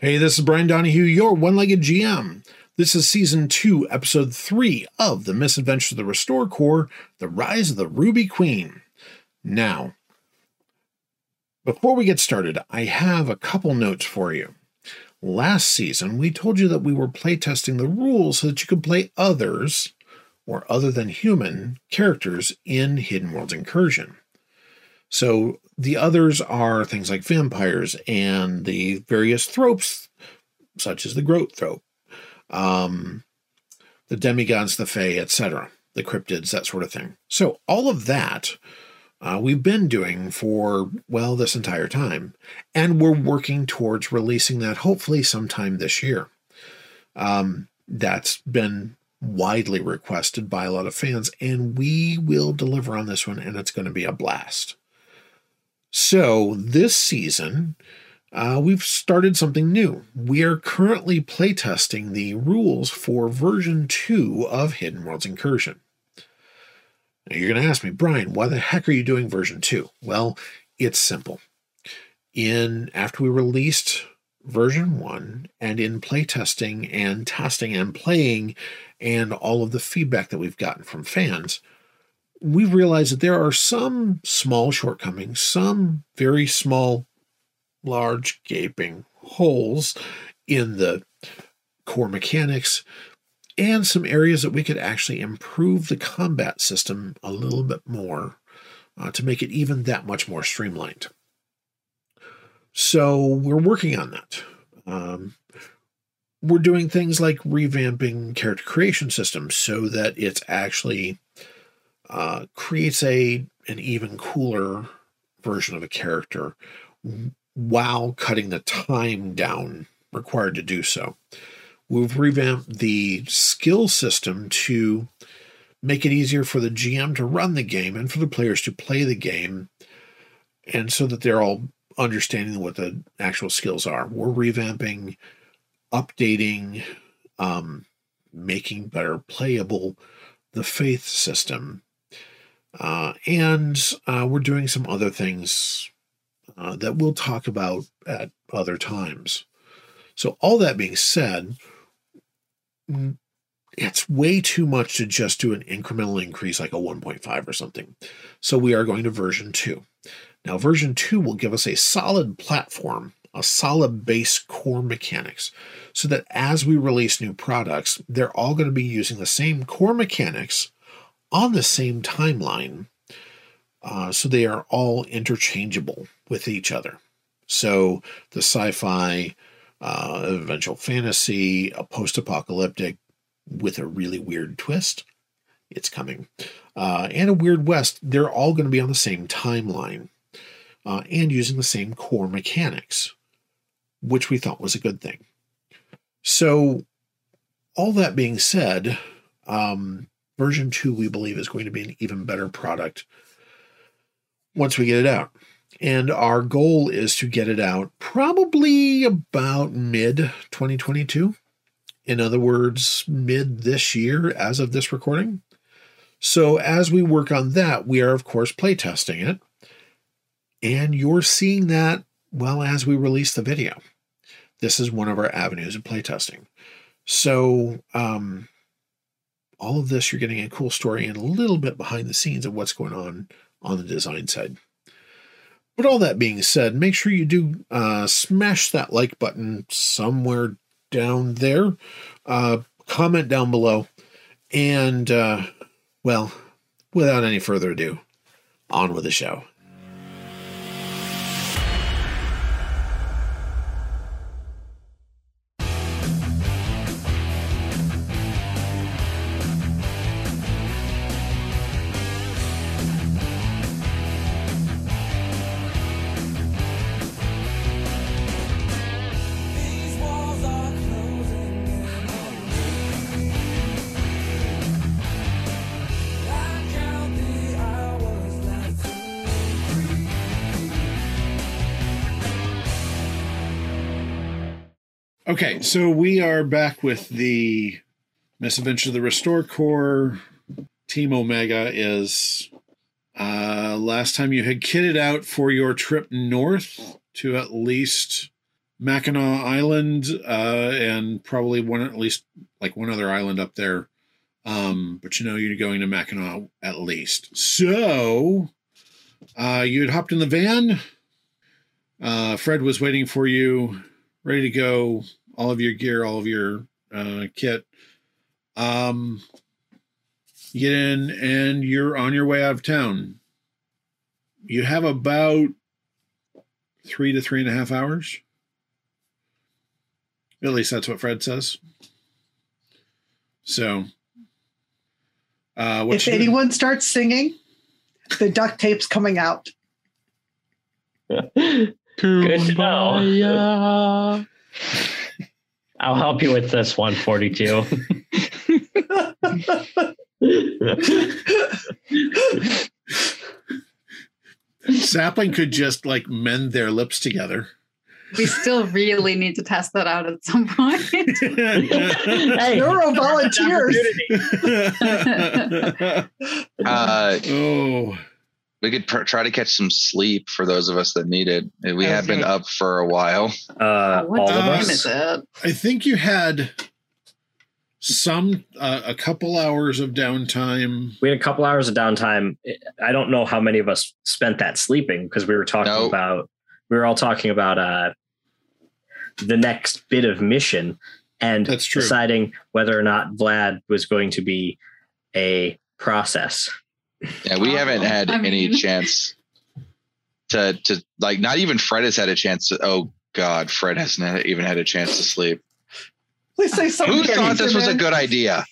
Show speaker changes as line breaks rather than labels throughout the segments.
Hey, this is Brian Donahue, your one legged GM. This is season two, episode three of The Misadventures of the Restore Corps The Rise of the Ruby Queen. Now, before we get started, I have a couple notes for you. Last season, we told you that we were playtesting the rules so that you could play others, or other than human, characters in Hidden Worlds Incursion. So the others are things like vampires and the various tropes, such as the groat trope, um, the demigods, the fae, etc., the cryptids, that sort of thing. So all of that uh, we've been doing for well this entire time, and we're working towards releasing that hopefully sometime this year. Um, that's been widely requested by a lot of fans, and we will deliver on this one, and it's going to be a blast. So, this season, uh, we've started something new. We are currently playtesting the rules for version 2 of Hidden Worlds Incursion. Now, you're going to ask me, Brian, why the heck are you doing version 2? Well, it's simple. In after we released version 1 and in playtesting and testing and playing and all of the feedback that we've gotten from fans, we've realized that there are some small shortcomings, some very small, large, gaping holes in the core mechanics, and some areas that we could actually improve the combat system a little bit more uh, to make it even that much more streamlined. So we're working on that. Um, we're doing things like revamping character creation systems so that it's actually uh, creates a an even cooler version of a character while cutting the time down required to do so. We've revamped the skill system to make it easier for the GM to run the game and for the players to play the game, and so that they're all understanding what the actual skills are. We're revamping, updating, um, making better playable the faith system uh, and uh, we're doing some other things uh, that we'll talk about at other times. So, all that being said, it's way too much to just do an incremental increase like a 1.5 or something. So, we are going to version 2. Now, version 2 will give us a solid platform, a solid base core mechanics, so that as we release new products, they're all going to be using the same core mechanics on the same timeline, uh, so they are all interchangeable with each other. So the sci fi, uh, eventual fantasy, a post apocalyptic with a really weird twist, it's coming, uh, and a weird west, they're all going to be on the same timeline uh, and using the same core mechanics, which we thought was a good thing. So, all that being said, um, version 2 we believe is going to be an even better product once we get it out and our goal is to get it out probably about mid 2022 in other words mid this year as of this recording so as we work on that we are of course playtesting it and you're seeing that well as we release the video this is one of our avenues of playtesting so um, all of this, you're getting a cool story and a little bit behind the scenes of what's going on on the design side. But all that being said, make sure you do uh, smash that like button somewhere down there, uh, comment down below, and uh, well, without any further ado, on with the show.
These walls are closing in on me. I count the hours like two, three.
Okay, so we are back with the misadventure of the Restore Corps. Team Omega is uh, last time you had kitted out for your trip north to at least Mackinac Island, uh, and probably one at least like one other island up there. Um, but you know you're going to Mackinac at least. So uh, you had hopped in the van. Uh, Fred was waiting for you, ready to go. All of your gear, all of your uh, kit. Um, you get in, and you're on your way out of town. You have about three to three and a half hours. At least that's what Fred says. So, uh, what
if
you do-
anyone starts singing, the duct tape's coming out.
Good to know.
Kumbaya.
I'll help you with this one, 42.
Sapling could just like mend their lips together.
We still really need to test that out at some point.
hey,
There are volunteers.
Uh,
oh,
we could pr- try to catch some sleep for those of us that need it. We have been
Okay.
up for a while.
Uh,
what
all of
time
us?
is
us.
it?
I think you had some uh, a couple hours of downtime.
We had a couple hours of downtime. I don't know how many of us spent that sleeping because we were talking
No.
about we were all talking about uh, the next bit of mission and
That's true.
deciding whether or not Vlad was going to be a process.
Yeah, we
Oh,
haven't had
I
any
mean-
chance to to like. Not even Fred has had a chance to. Oh God, Fred hasn't had- even had a chance to sleep.
Please say something.
Who thought this was a
man.
good idea?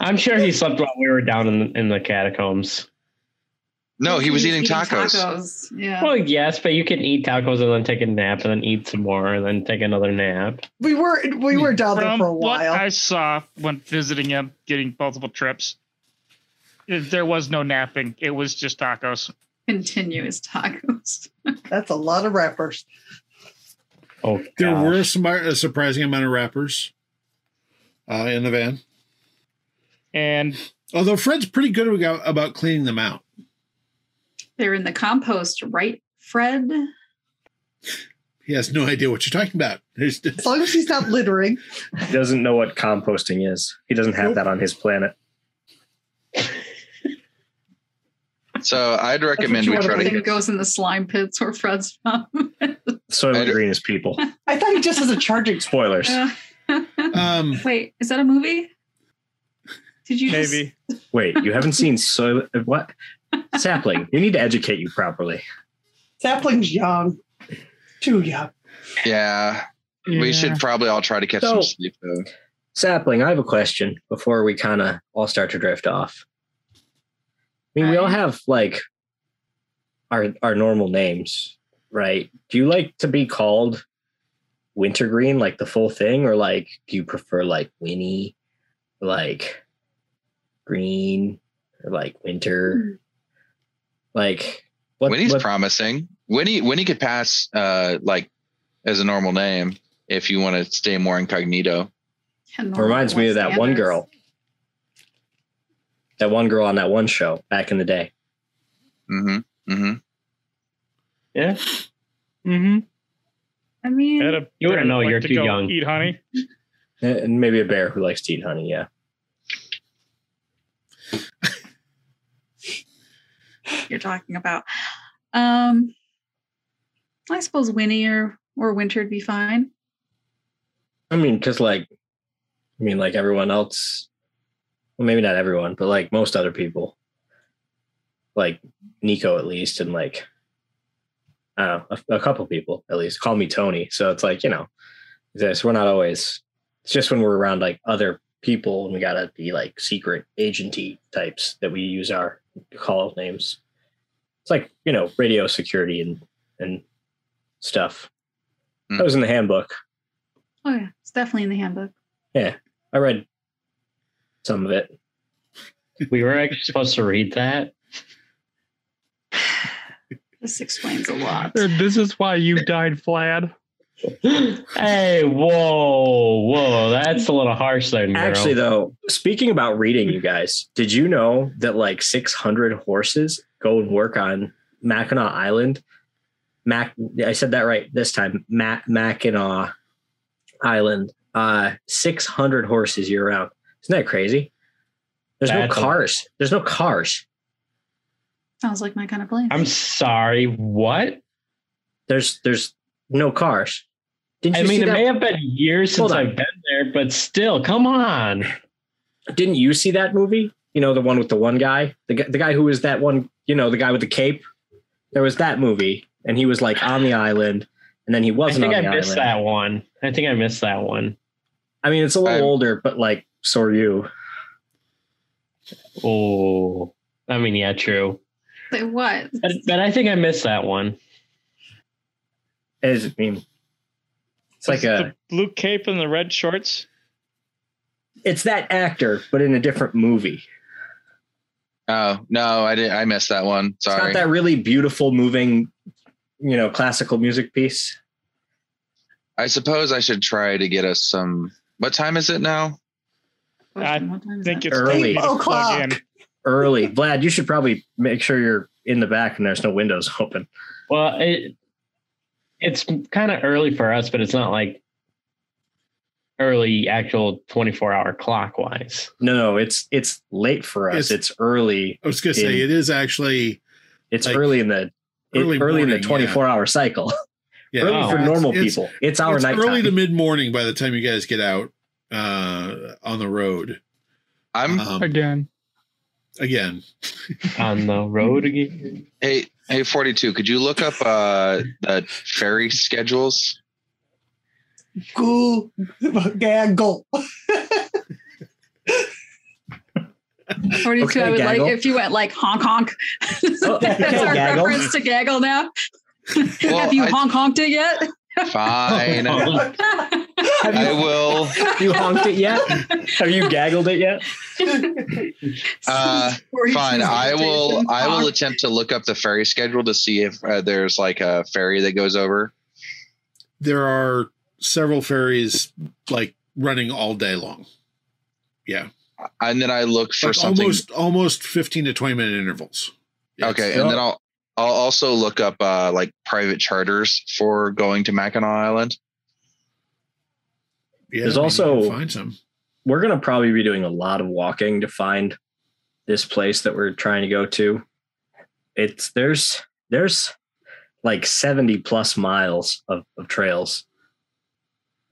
I'm sure
He slept while we were down in the, in the catacombs.
No, he was eating
He's
tacos.
tacos. Yeah.
Well, yes, but you can eat tacos and then take a nap and then eat some more and then take another nap.
We were we were down there
From
for a
what
while.
I saw when visiting him, getting multiple trips, eh, there was no napping. It was just tacos.
Continuous tacos.
That's a lot of rappers.
Oh,
There
gosh.
were some a surprising amount of rappers uh, in the van.
And
Although Fred's pretty good about- about cleaning them out.
They're in the compost, right, Fred?
He has no idea what you're talking about. There's,
As long as he's not littering.
He doesn't know what composting is. He doesn't have
Nope.
that on his planet.
So I'd recommend
you
we
wanna
try to.
think.
Everything goes in the slime pits where Fred's from.
I
Soylent
do-
Green is people.
I thought he just has a charging.
Spoilers.
um,
Wait, is that a movie? Did you just-
maybe
Wait, you haven't seen Soil what? Sapling. You need to educate you properly.
Sapling's young, too young.
Yeah, we should probably all try to catch
So-
some sleep though.
Sapling, I have a question before we kind of all start to drift off. I mean, we all
Right.
have like our our normal names, right? Do you like to be called Wintergreen, like the full thing, or like do you prefer like Winnie, like Green, or like Winter? Like what?
Winnie's
what-
promising. Winnie Winnie could pass uh like as a normal name if you want to stay more incognito.
And Norman
reminds me of that one
Sanders?
girl. That one girl on that one show back in the day.
hmm hmm
Yeah. Mm-hmm.
I mean,
had a
You wouldn't know,
like
you're
to
too
go
young.
Eat honey.
And maybe a bear who likes to eat honey, yeah.
you're talking about. Um, I suppose Winnie or or Winter would be fine.
I mean, because like, I mean, like everyone else, well, maybe not everyone, but like most other people, like Nico at least, and like, I don't know, a, a couple people at least call me Tony. So it's like, you know, this, we're not always, it's just when we're around like other people and we gotta be like secret agenty types that we use our call names. It's like, you know, radio security and, and stuff. That was in the handbook.
Oh yeah, it's definitely in the handbook.
I read some of it.
We were actually supposed to read that.
This explains a lot.
Uh, This is why you died, Vlad.
hey, whoa, whoa. That's a little harsh there, Nero.
Actually, though, speaking about reading, you guys, did you know that like 600 horses go and work on Mackinac Island? Mac. I said that right this time. Mac Mackinac Island. Uh, six hundred horses year round. Isn't that crazy? There's
That's a-
no cars. There's no cars.
Sounds like my kind of place.
I'm sorry. What?
There's there's no cars. Didn't you
I mean,
see
it
that?
may have been years since
Hold on.
I've been there, but still, come on.
Didn't you see that movie? You know the one with the one guy, the gu- the guy who was that one. You know the guy with the cape. There was that movie, and he was like on the island, and then he
I
wasn't
think I
on the
missed
island.
that one. I think I missed that one.
I mean, it's a little
I'm-
older, but like, so are you.
Oh, I mean, yeah, true.
it was.
But, but I think I missed that one.
As I mean, it's like
Is
a,
the blue cape and the red shorts.
it's that actor, but in a different movie.
Oh no, I did. I missed that one.
It's
Sorry.
not that really beautiful, moving, you know, classical music piece.
I suppose I should try to get us some. What time is it now?
I
What time
I
is
think
it?
it's time for me
Early.
to
Eight
plug in.
Early, Vlad, you should probably make sure you're in the back and there's no windows open.
Well, it it's kind of early for us, but it's not like early actual 24 hour clockwise.
No, no, it's it's late for
It's-
us. It's, early.
I was going to say,
Yeah.
it is actually
It's
Like,
early in the it-
early
early, in
morning,
the
yeah.
24 hour cycle.
yeah,
early
Oh.
for normal
It's-
people. It's our
it's
night.
early to mid morning by the time you guys get out uh, on the road.
I'm.
Um,
Again.
again,
On the road again.
hey, hey, forty-two. Could you look up uh the ferry schedules?
Goo gaggle.
Forty-two.
Okay,
I would
gaggle. Oh,
like if you went like honk honk. That's
okay,
our
gaggle.
reference to gaggle now. Have you
I-
honk honked it yet?
Fine. I will.
you honked it yet? Have you gaggled it yet?
Uh,
42
Fine. I will. I will
Honk.
attempt to look up the ferry schedule to see if uh, there's like a ferry that goes over.
there are several ferries like running all day long,
And then I look for
Like,
something.
almost almost fifteen to twenty minute intervals. Yes.
okay, and then I'll. I'll also look up uh, like private charters for going to Mackinac Island.
Yeah,
There's
I mean,
also-
you can find some.
we're gonna probably be doing a lot of walking to find this place that we're trying to go to. It's there's there's like 70 plus miles of, of trails.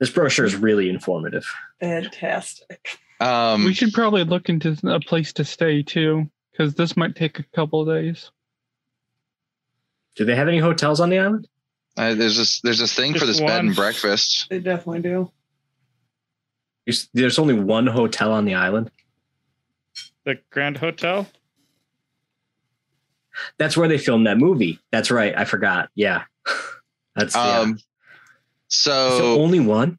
This brochure is really informative.
Fantastic.
Um,
we should probably look into a place to stay too, because this might take a couple days.
Do they have any hotels on the island?
Uh, there's this there's this thing for
Just
this bed
one.
and breakfast.
They definitely do.
You s- There's only one hotel on the island.
The Grand Hotel.
That's where they filmed that movie. That's right. I forgot. Yeah. That's um,
Um, so
only one.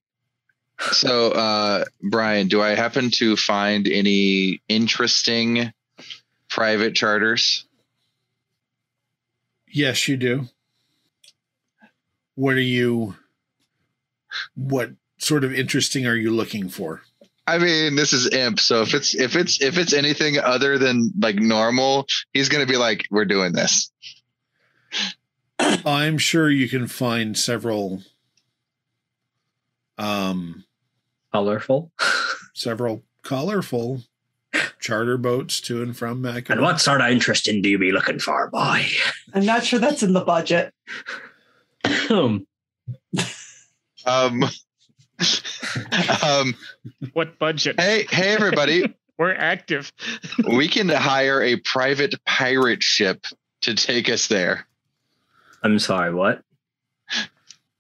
so uh, Brian, do I happen to find any interesting private charters?
Yes, you do. What are you? What sort of interesting are you looking for?
I mean, this is imp. So if it's if it's if it's anything other than like normal, he's gonna be like, "We're doing this."
I'm sure you can find several, um,
Colorful.
several colorful charter boats to and from
And
Mackinac.
what sort of interesting do you be looking for, boy?
I'm not sure that's in the budget.
Um, um,
What budget?
hey, hey, everybody!
We're active.
we can hire a private pirate ship to take us there.
I'm sorry, what?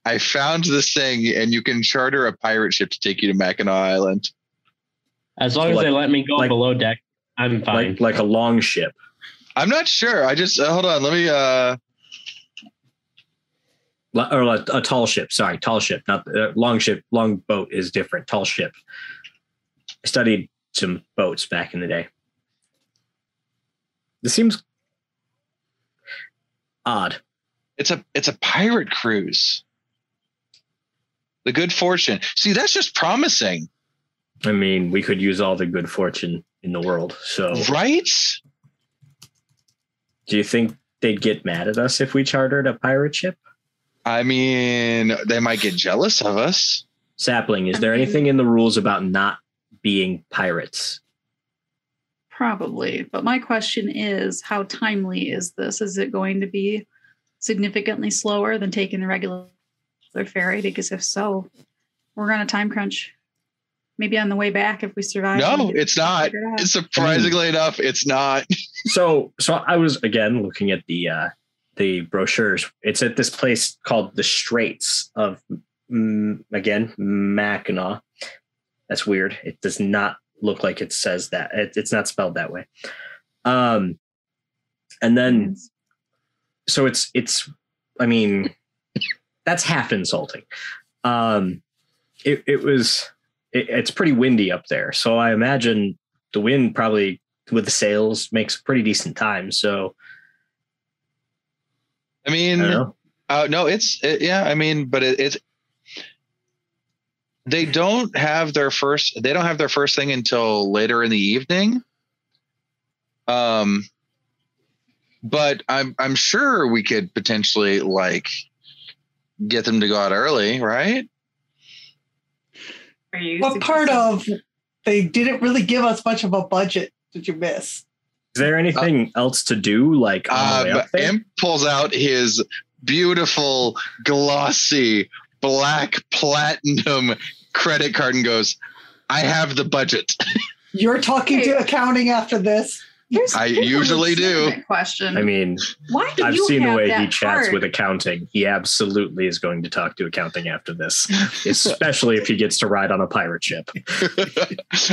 I found this thing, and you can charter a pirate ship to take you to Mackinac Island.
As long as
Like-
they let me go
like-
below deck, I'm fine.
Like like a long ship.
I'm not sure. I just uh, hold on. Let me. uh
L- or a, a tall ship. Sorry, tall ship, not uh, long ship. Long boat is different. Tall ship. I studied some boats back in the day. This seems odd.
It's a it's a pirate cruise. The good fortune. See, that's just promising,
I mean, we could use all the good fortune in the world. So,
right?
do you think they'd get mad at us if we chartered a pirate ship?
I mean, they might get jealous of us.
Sapling, is there anything in the rules about not being pirates?
Probably. But my question is how timely is this? Is it going to be significantly slower than taking the regular ferry? Because if so, we're on a time crunch. Maybe on the way back if we survive. we
No,
can
it's not.
figure it out.
Surprisingly enough, it's not.
So, so I was again looking at the uh, the brochures. It's at this place called the Straits of mm, again Mackinac. That's weird. It does not look like it says that. It, it's not spelled that way. Um, and then so it's it's i mean that's half insulting um it, it was it, it's pretty windy up there so i imagine the wind probably with the sails makes pretty decent time so
I
i
mean,
don't know
Uh, no, it's it, yeah. I mean, but it, it's they don't have their first. They don't have their first thing until later in the evening. Um, but I'm I'm sure we could potentially like get them to go out early, right?
Are you
What part
suggesting-
of they didn't really give us much of a budget did you miss?
is there anything else to do like on the way
Um,
up there?
Imp pulls out his beautiful glossy black platinum credit card and goes, "I have the budget."
You're talking to
Hey.
accounting after this.
Here's-
I
here's a
usually do.
legitimate Question.
i mean
Why do
i've
you
seen the
have
way he
that
chats
heart?
with accounting he absolutely is going to talk to accounting after this especially if he gets to ride on a pirate ship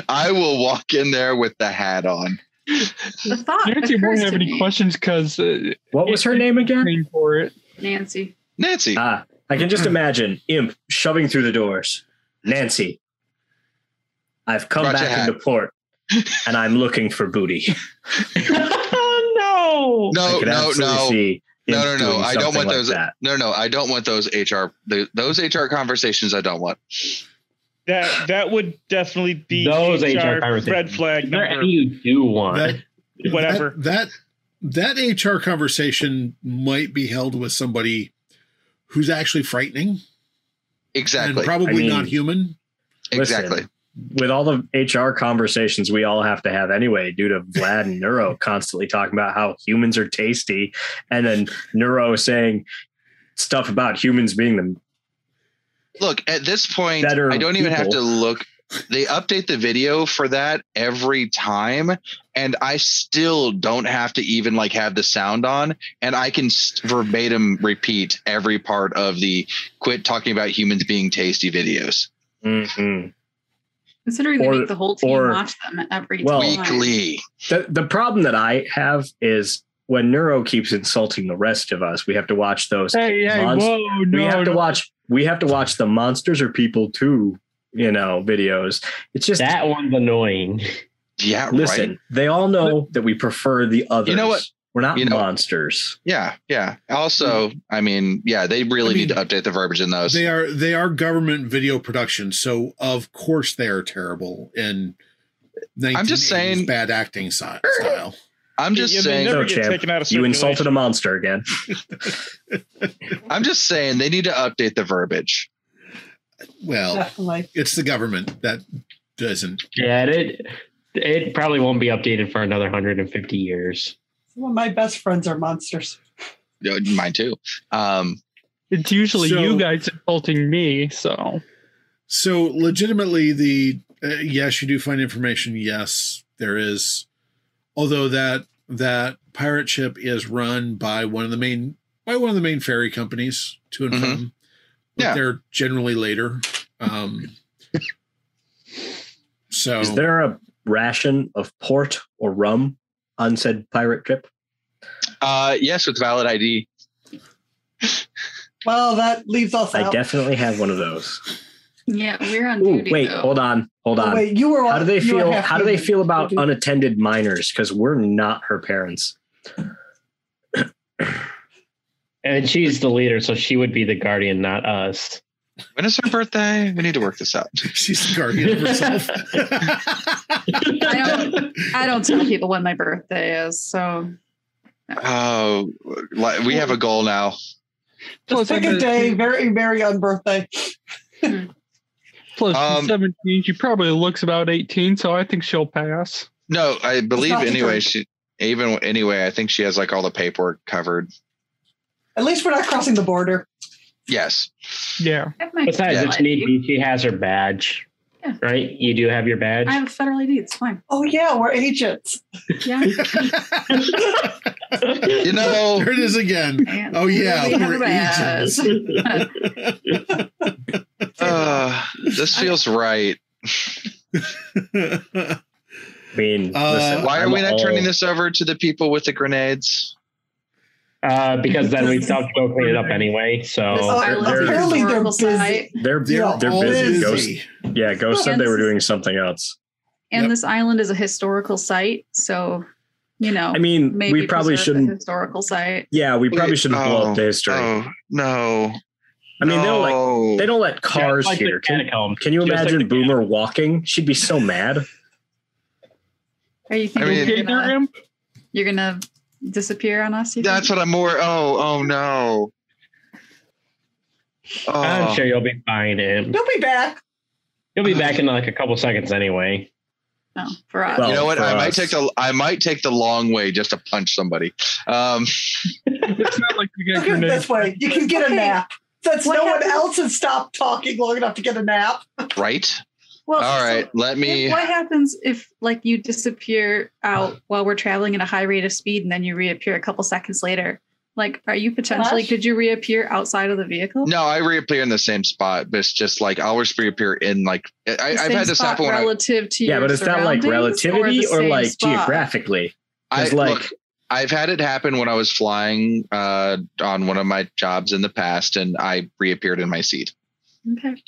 I will walk in there with the hat on.
the thought.
Nancy won't
occurs
have
to
any
me,
questions because uh,
what was her name again
paying for it.
Nancy.
Nancy,
Ah, I can
Hmm.
just imagine Imp shoving through the doors. Nancy, I've come
Brought your
back
hat.
into port and I'm looking for booty.
oh
no,
I could
no,
absolutely
no,
see
No,
Imp
no, no,
doing
I don't
something
want
like
those-
That.
no, no. I don't want those HR. th those HR conversations. I don't want.
That that would definitely be
Those HR
HR red
conversations.
flag
Is there
number.
any you do want?
That-
Whatever.
That, that that HR conversation might be held with somebody who's actually frightening
Exactly,
and probably
I mean-
not human.
Listen,
exactly.
With all the HR conversations we all have to have anyway, due to Vlad and Neuro constantly talking about how humans are tasty, and then Neuro saying stuff about humans being the
Look, at this point,
Better
I don't even have to
people.
look. They update the video for that every time, and I still don't have to even like have the sound on, and I can s- verbatim repeat every part of the "quit talking about humans being tasty" videos
Mm-mm.
Considering they
Or-
make the whole team
or-
watch them every
well-
time.
weekly.
the the problem that I have is when Neuro keeps insulting the rest of us, we have to watch those.
Hey, hey,
Monst-
whoa, no.
we have to
no.
watch. We have to watch the monsters or people too. You know, videos. It's just
That one's annoying.
Yeah,
listen.
right.
They all know that we prefer the others.
You know what?
We're not
You know-
monsters.
Yeah, yeah. Also, I mean, yeah, they really
Hmm. I
need to update the verbiage in those.
They are they are government video productions, so of course they are terrible in 1980s
I'm just saying-
bad acting si- style.
I'm just
You may
saying. oh,
never
No,
get
champ.
taken out of
You insulted a
circulation.
monster again.
I'm just saying they need to update the verbiage.
Well,
Definitely.
it's the government that doesn't.
Yeah, it it probably won't be updated for another 150 years.
Some of my best friends are monsters.
Uh, Mine too. Um,
It's usually
So-
you guys insulting me, so
So legitimately, the uh, yes, you do find information. Yes, there is, although that that pirate ship is run by one of the main by one of the main ferry companies to and
Mhm.
from. But
Yeah.
they're generally later. Um, so
Oh.
Is there a ration of port or rum on said pirate trip?
uh, yes, with valid ID.
Well, that leaves us
I
out.
definitely have one of those.
Yeah, we're on
Ooh,
duty.
wait,
though.
hold on, hold
Oh,
on.
wait, you were
how do they
you were
feel
half
how do they
human.
feel about
You did-
unattended minors because we're not her parents
And she's the leader, so she would be the guardian, not us.
When is her birthday? We need to work this out.
she's the guardian of herself.
I don't, I don't tell people when my birthday is, so
Oh, like, we have a goal now.
Plus,
Just pick
I'm
a day, very merry on birthday.
Plus, she's
Um,
17. She probably looks about 18, so I think she'll pass.
No, I believe
not
anyway.
different.
She even anyway. I think she has like all the paperwork covered.
At least we're not crossing the border.
Yes.
Yeah.
I have my
Besides,
federal
if need
ID.
be, she has her badge,
Yeah.
right? You do have your badge.
I have a federal ID. It's fine.
Oh yeah, we're agents.
Yeah.
You know,
There it is again.
and
Oh, yeah,
we have
we're
a badge.
uh, this feels right.
I mean,
Uh,
listen,
Why are
I'm
we not
all-
turning this over to the people with the grenades?
Uh, because then we'd have to go clean it up anyway.
This
So
Island
they're-
Oh, apparently they're
Historical
busy.
Site.
They're
They're
they're,
all
busy. Ghost,
busy.
yeah, Ghost said they were doing something else.
And
Yep.
this island is a historical site, so you know
I mean,
maybe
we probably
preserve the
shouldn't.
historical site.
Yeah, we probably
Wait,
shouldn't blow
oh,
up the history.
Oh no!
I mean, they'll like
No.
they don't let cars
Just like the
here. Can,
catacomb.
can you
Just like
imagine
the
Boomer walking? She'd be so mad.
Are you thinking
mean-
Okay,
you're, gonna,
Durham?
you're gonna disappear on us? You
That's what I'm more. Oh, oh no!
I'm
Oh,
sure you'll be fine. Em.
You'll be back.
You'll be back in like a couple seconds anyway.
no Oh, for us.
Well-
you know what?
for
I might
us.
take the I might take the long way just to punch somebody. Um,
It's not like we got
Look at it
grenades.
this way. You can get a
Okay.
nap. Since
What
no one
happens-
else has stopped talking long enough to get a nap.
right?
well,
All
Oh, so
right. Let
if-
me.
what happens if like you disappear out while we're traveling at a high rate of speed and then you reappear a couple seconds later? Like, are you potentially
Flash?
could you reappear outside of the vehicle?
No, I reappear in the same spot, but it's just like I'll always reappear in like I,
The
I've
same
had this
spot
happen when I,
relative to
Yeah,
your
but is that like
surroundings,
relativity
the
or,
same
like
spot?
geographically?
I
It's like
look, I've had it happen when I was flying uh, on one of my jobs in the past, and I reappeared in my seat.
Okay.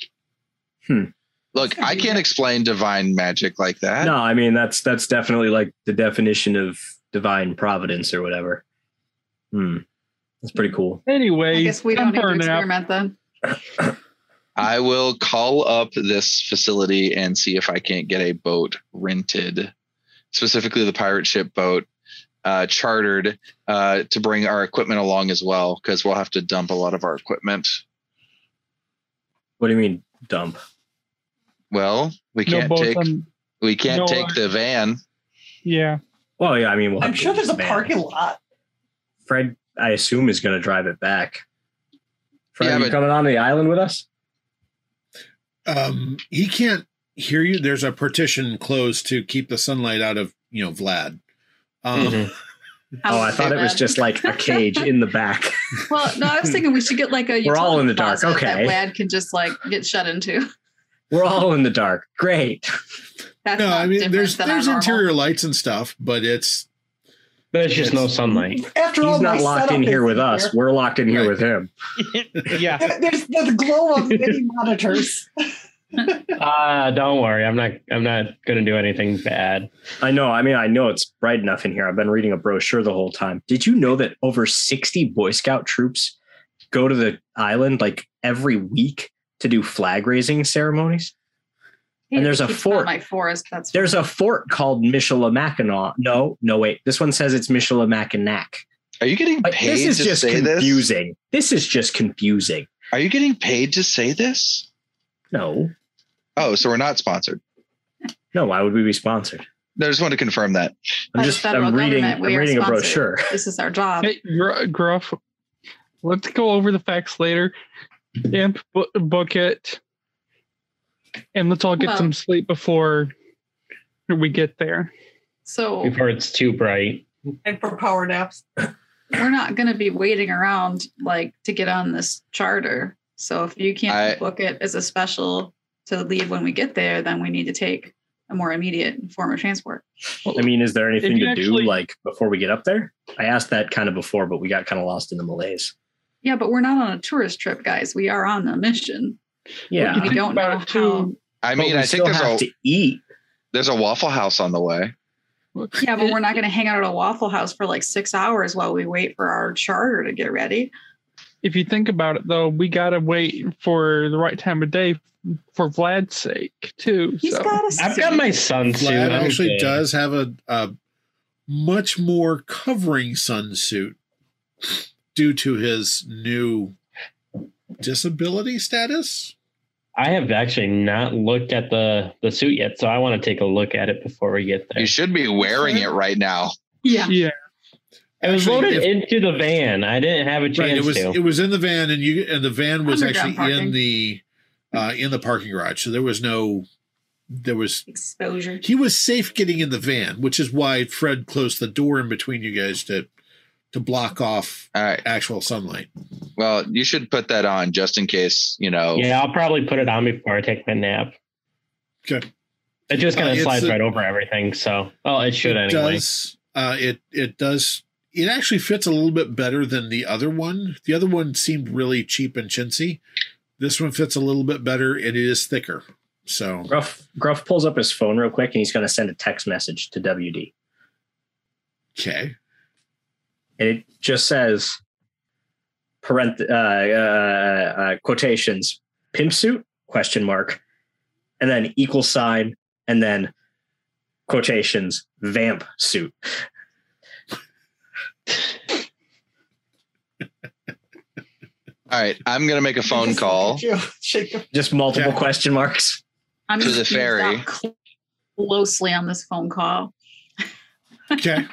Look, I can't explain divine magic like that.
no, I mean that's that's definitely like the definition of divine providence or whatever. Hmm, that's pretty cool.
Anyway,
I guess we don't
time
need to
for a nap.
experiment then.
I will call up this facility and see if I can't get a boat rented, specifically the pirate ship boat, uh, chartered uh, to bring our equipment along as well, because we'll have to dump a lot of our equipment.
What do you mean dump?
Well, we
No
can't
boats.
take
on-
we can't
no,
take
uh,
the van.
yeah.
Well, yeah, I mean, we'll
I'm
have to
sure there's a
man.
parking lot.
Fred, I assume, is going to drive it back. Fred,
Yeah,
are you
but-
coming on the island with us?
um, he can't hear you. There's a partition closed to keep the sunlight out of you know Vlad. Um,
Mhm.
Oh, I thought it was
Outside.
just like a cage in the back.
Well, no, I was thinking we should get like a.
We're all in the
utility
dark,
closet
okay.
That Vlad can just like get shut into.
We're all in the dark. Great.
That's
no,
not
I mean
different
there's
than
there's
our normal.
interior lights and stuff, but it's
There's just no sunlight.
After all,
He's
my
not locked
setup
in
is
here with us. We're locked in here
Right.
with him.
yeah.
There- There's the glow of many monitors.
Uh, don't worry. I'm not. I'm not gonna do anything bad.
I know. I mean, I know it's bright enough in here. I've been reading a brochure the whole time. Did you know that over 60 Boy Scout troops go to the island like every week to do flag raising ceremonies? And there's a
It's not
fort.
My forest. That's
There's a fort called Michilimackinac. No, no, wait. This one says it's Michilimackinac.
Are you getting
Like,
paid
this is
to
just
say this?
confusing. This? is just confusing.
Are you getting paid to say this?
No,
Oh, so we're not sponsored.
no. Why would we be sponsored?
I just want to confirm that.
I'm
By the
just.
federal
I'm reading.
government,
I'm
we are
reading a
sponsored.
brochure.
this is our job.
Hey, Gru- Gruff, let's go over the facts later. Imp, bu- book it. And let's all get
Well-
some sleep before we get there.
So
Before it's too bright.
And for power naps.
we're not going to be waiting around like to get on this charter. So if you can't
I-
book it as a special to leave when we get there, then we need to take a more immediate form of transport.
I mean, is there anything
you
to
actually-
do like before we get up there? I asked that kind of before, but we got kind of lost in the malaise.
Yeah, but we're not on a tourist trip, guys. We are on a mission.
Yeah,
we don't know
About
how.
two-
I
But
mean,
we
I think
still
there's
have
a
to eat.
there's a Waffle House on the way.
Yeah, but we're not going to hang out at a Waffle House for like six hours while we wait for our charter to get ready.
If you think about it, though, we gotta wait for the right time of day for Vlad's sake too.
He's
so
got a.
I've got my sun suit.
Vlad
I'm
actually
good.
does have a, a much more covering sunsuit due to his new disability status?
I have actually not looked at the the suit yet, so I want to take a look at it before we get there.
You should be wearing it right now.
Yeah.
Yeah.
It was
Actually, if-
loaded into the van. I didn't have a chance
Right. It was
to.
it was in the van, and you and the van was
Underground
actually
parking.
in the uh, in the parking garage, so there was no there was
Exposure.
he was safe getting in the van, which is why Fred closed the door in between you guys to to block off
All right.
actual sunlight.
Well, you should put that on just in case, you know.
Yeah, I'll probably put it on before I take my nap.
Okay.
It just kind
Uh,
of
it's
slides
a-
right over everything. So, well, it should
it
anyway.
does. Uh, it it does. It actually fits a little bit better than the other one. The other one seemed really cheap and chintzy. This one fits a little bit better, and it is thicker. So
Gruff Gruff pulls up his phone real quick and he's going to send a text message to WD.
okay,
And it just says, parent, uh, uh, uh, quotations, pimp suit, question mark, and then equal sign, and then quotations, vamp suit.
All right. I'm gonna make a phone
Just
call.
look at you. Shake your-
Just multiple
Yeah.
question marks.
I'm
To the
confused
ferry.
how cl- Closely on this phone call.
okay.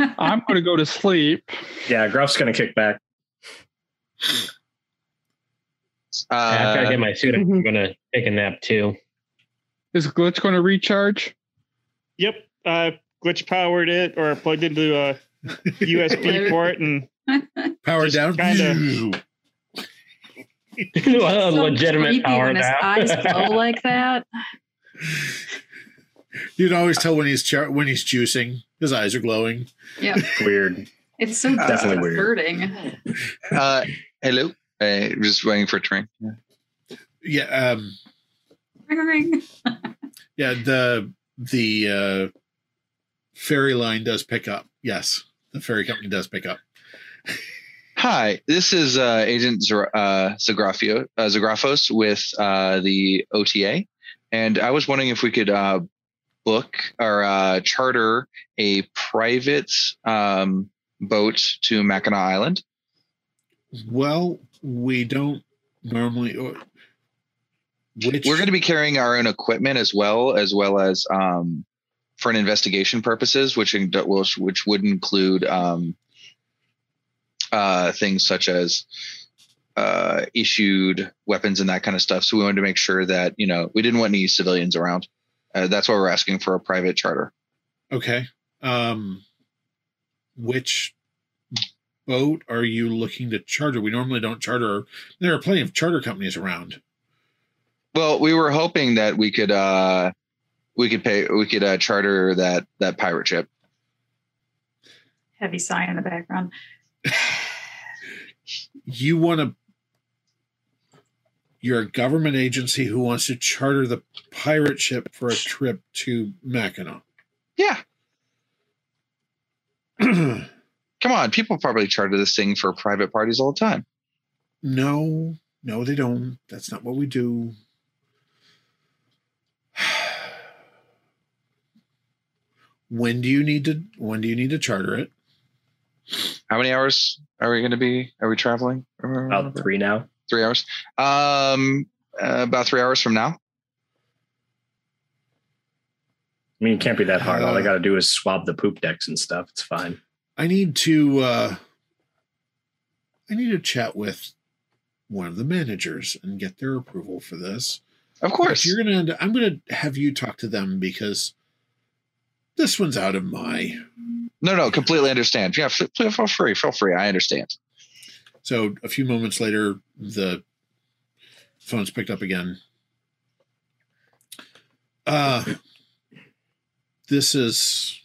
I'm gonna go to sleep.
Yeah, Gruff's going to kick back.
After I
Uh,
get my suit,
Mm-hmm.
I'm gonna take a nap too.
Is Glitch gonna recharge?
Yep. Uh, glitch powered it or plugged into a USB port and
Power
Just
down.
kinda-
what a
So
legitimate
creepy
power
when his
nap.
eyes glow like that.
You can always tell when he's char- when he's juicing. His eyes are glowing.
Yeah,
Weird.
it's so
Definitely weird.
disconcerting.
uh, hello. Uh, just waiting for a train.
Yeah. Um,
Ring, ring.
Yeah, the the uh, ferry line does pick up. Yes, the ferry company does pick up.
Hi, this is uh, Agent Zar- uh, Zagrafio, uh, Zagrafos with uh, the OTA, and I was wondering if we could uh, book or uh, charter a private um, boat to Mackinac Island.
Well, we don't normally. or- Which
We're going to be carrying our own equipment as well, as well as um, for an investigation purposes, which in, which, which would include um, uh, things such as uh, issued weapons and that kind of stuff. So we wanted to make sure that you know we didn't want any civilians around. Uh, that's why we're asking for a private charter.
okay. Um, which boat are you looking to charter? We normally don't charter. There are plenty of charter companies around.
Well, we were hoping that we could uh, we could pay we could uh, charter that that pirate ship.
Heavy sigh in the background.
You want to. You're a government agency who wants to charter the pirate ship for a trip to Mackinac.
Yeah, come on, people probably charter this thing for private parties all the time.
no, no, they don't. That's not what we do. when do you need to? When do you need to charter it?
how many hours are we going to be are we traveling
About
Mm-hmm.
three now.
three hours um uh, about three hours from now
I mean, it can't be that hard. All I got to do is swab the poop decks and stuff. It's fine.
I need to. uh I need to chat with one of the managers and get their approval for this.
of
But
course
you're gonna. End, I'm gonna have you talk to them because this one's out of my.
no no completely understand yeah f- f- feel free feel free i understand
So a few moments later, the phone's picked up again. Uh, this is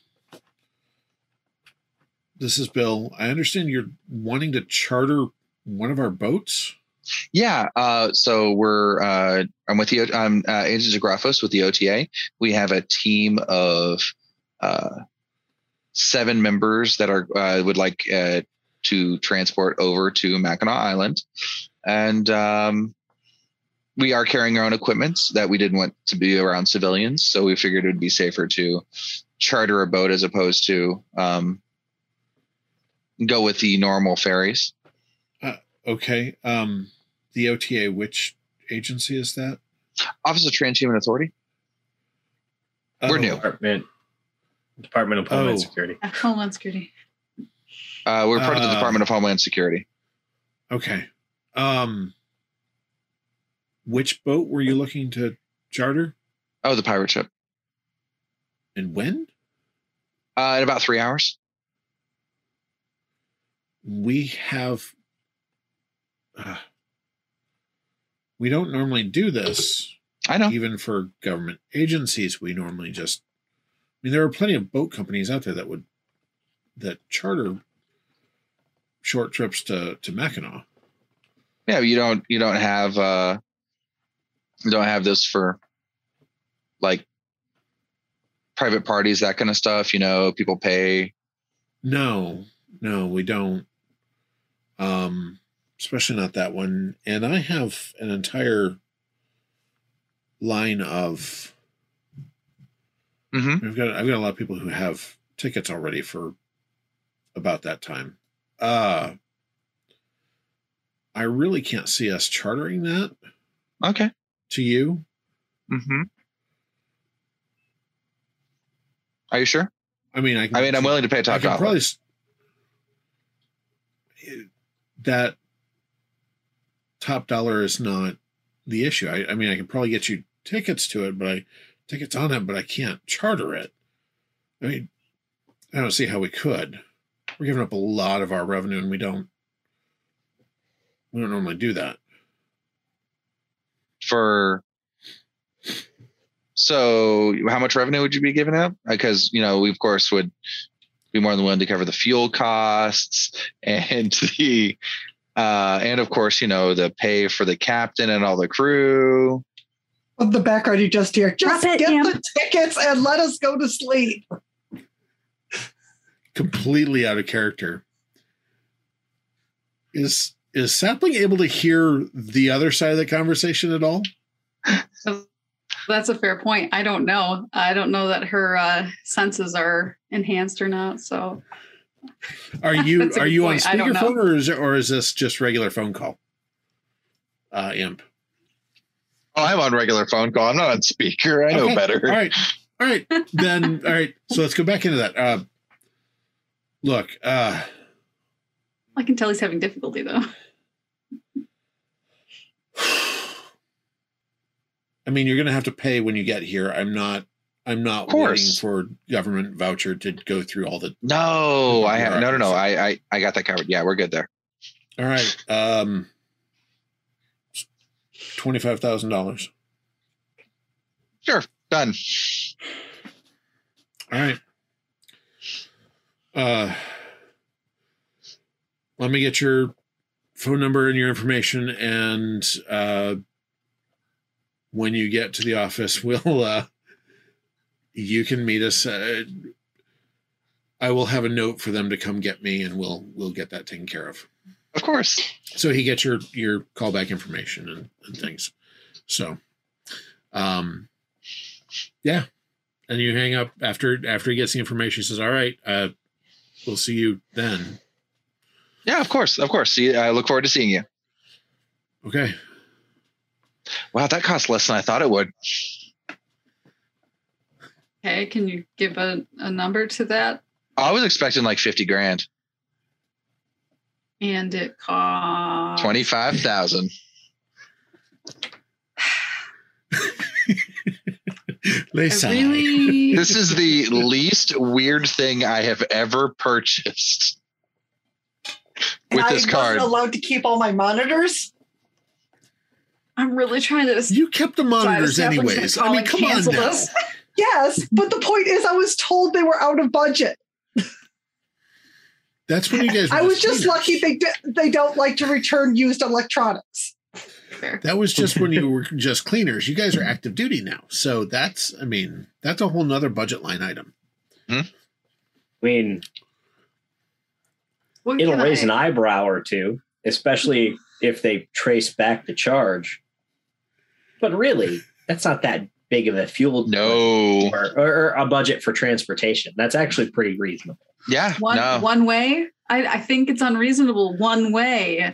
this is Bill. I understand you're wanting to charter one of our boats.
yeah uh so we're uh i'm with the O- i'm uh, agent Zagrafos with the ota we have a team of uh seven members that are uh, would like uh, to transport over to Mackinac Island, and um, we are carrying our own equipment that we didn't want to be around civilians, so we figured it would be safer to charter a boat as opposed to um, go with the normal ferries.
Okay. Um, the OTA, which agency is that?
Office of Transhuman Authority. We're new.
Department, Department of Homeland
Oh.
Security.
Uh, Homeland Security.
Uh, we're part of the
Uh,
Department of Homeland Security.
Okay. Um, which boat were you looking to charter
Oh, the pirate ship.
and when?
Uh, in about three hours.
we have uh, we don't normally do this
i know
even for government agencies we normally just i mean there are plenty of boat companies out there that would that charter short trips to to mackinac
Yeah, you don't you don't have uh, you don't have this for like private parties that kind of stuff. You know, people pay.
no no we don't um especially not that one and i have an entire line of
Mm-hmm.
I've got I've got a lot of people who have tickets already for about that time. Uh I really can't see us chartering that
Okay.
to you.
Mm-hmm. Are you sure?
I mean, I can,
I mean, I'm willing to pay a
I
top
can
dollar.
probably s- that top dollar is not the issue. I, I mean, I can probably get you tickets to it, but I tickets on it, but I can't charter it. I mean, I don't see how we could. We're giving up a lot of our revenue, and we don't we don't normally do that.
for so how much revenue would you be giving up because you know we of course would be more than willing to cover the fuel costs and the uh and of course you know the pay for the captain and all the crew
From the background you just hear, just
Drop it,
get
Em.
the tickets and let us go to sleep.
Completely out of character. Is is Sapling able to hear the other side of the conversation at all?
That's a fair point. I don't know. I don't know that her uh, senses are enhanced or not. So
Are you
That's a
are
good
you on
point. I don't
speakerphone or is or is this just regular phone call? Uh, imp.
oh i'm on regular phone call i'm not on speaker i know
Okay.
better
All right, all right. Then all right. So let's go back into that. Uh, look, uh,
I can tell he's having difficulty though.
I mean, you're gonna have to pay when you get here. I'm not. I'm not
Of course.
waiting for government voucher to go through all the.
no i have no no no
Bureaucracy.
I, I i got that covered yeah we're good there
All right. Um, twenty five thousand dollars.
sure done
All right. Uh, let me get your phone number and your information, and uh, when you get to the office, we'll uh, you can meet us. Uh, I will have a note for them to come get me, and we'll we'll get that taken care of.
of course
So he gets your your callback information and, and things. So, um, yeah, and you hang up after after he gets the information. He says, "All right, uh, we'll see you then."
yeah of course of course see i look forward to seeing you
Okay.
wow that costs less than i thought it would
Okay, can you give a, a number to that?
i was expecting like 50 grand
And it costs
25000
I
Lisa,
really
this is the least weird thing I have ever purchased with
I
this card.
wasn't allowed to keep all my monitors.
I'm really trying to
you kept the monitors
decide if Stephen's gonna
anyways.
call
I mean,
and
come on
cancel
now.
this.
Yes, but the point is, I was told they were out of budget.
That's when you guys.
I
were
was just
seniors.
lucky they di- they don't like to return used electronics.
Fair.
That was just when you were just cleaners. You guys are active duty now, so that's. I mean, that's a whole nother budget line item.
I mean,
What
it'll
can
raise
I-
an eyebrow or two, especially if they trace back the charge. But really, that's not that big of a fuel
No.
or, or a budget for transportation. That's actually pretty reasonable.
Yeah.
one
no.
one way. I, I think it's unreasonable one way.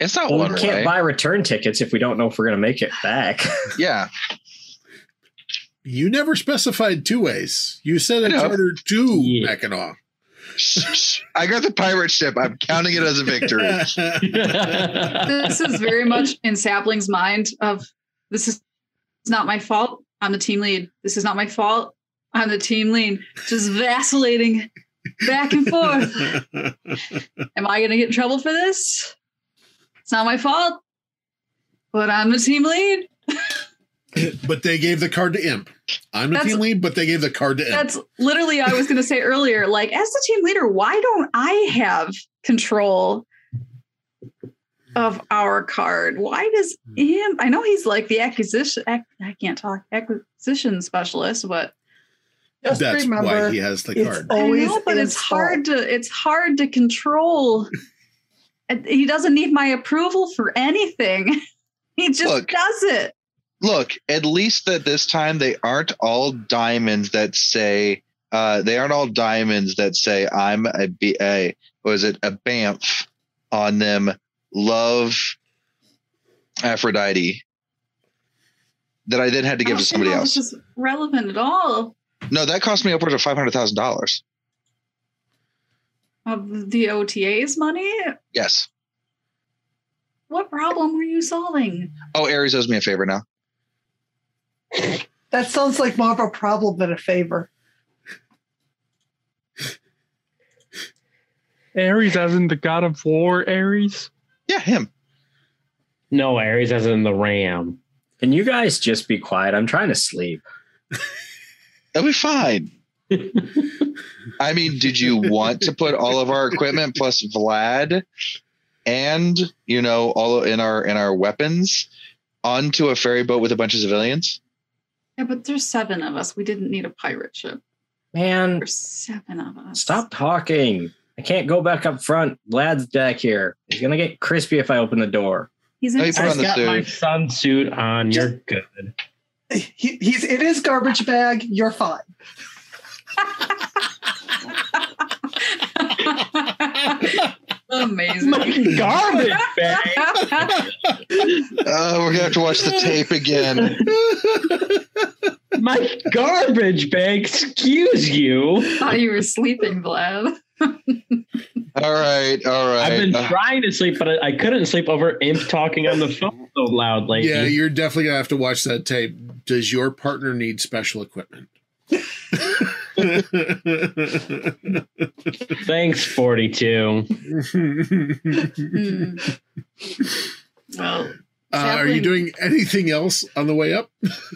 It's not
Well,
one
we can't
way.
buy return tickets if we don't know if we're going to make it back.
yeah.
You never specified two ways. You said a
know.
charter to
Yeah.
Mackinac.
I got the pirate ship. I'm counting it as a victory.
this is very much in Sapling's mind of this is not my fault. I'm the team lead. This is not my fault. I'm the team lead. Just vacillating back and forth. Am I gonna get in trouble for this? It's not my fault. But I'm the team lead.
but they gave the card to Imp. I'm the
That's-
team lead, but they gave the card to Imp.
That's literally I was gonna say earlier. Like, as the team leader, why don't I have control of our card? Why does
Hmm.
him? I know he's like the acquisition. Ac, I can't talk acquisition specialist, but
Just
That's
remember,
why he has the
it's
card.
always
I know, but it's hard to it's hard to control. And he doesn't need my approval for anything. He just
Look.
does it.
Look, at least that this time they aren't all diamonds that say uh, they aren't all diamonds that say I'm a B a was it a bamf on them love Aphrodite that I then had to give to somebody else.
Oh, This is relevant at all
No, that cost me upwards of five hundred thousand dollars.
of the OTA's money.
Yes.
What problem were you solving?
Oh, Aries owes me a favor now.
That sounds like more of a problem than a favor.
Ares, as in the god of war, Ares.
Yeah, him.
No, Aries as in the ram.
Can you guys just be quiet? I'm trying to sleep.
That'll be fine. I mean, did you want to put all of our equipment plus Vlad and you know all in our in our weapons onto a ferry boat with a bunch of civilians?
Yeah, but there's seven of us. We didn't need a pirate ship.
Man,
There's seven of us.
stop talking. I can't go back up front. Lad's back here. He's going to get crispy if I open the door.
He's
No,
in
you put
I
on the
got my
suit.
sunsuit on. You're good.
He, he's in his garbage bag. You're fine.
Amazing.
Garbage bag.
Uh, we're gonna have to watch the tape again.
My garbage bag. Excuse you.
Thought you were sleeping, Vlad.
All right, all right.
I've been
Uh,
trying to sleep, but I, I couldn't sleep over imp talking on the phone so loud lately.
yeah, you're definitely gonna have to watch that tape. Does your partner need special equipment? Uh,
Thanks, 42.
Hmm.
Uh,
Well,
are you
Chaplain.
doing anything else on the way up?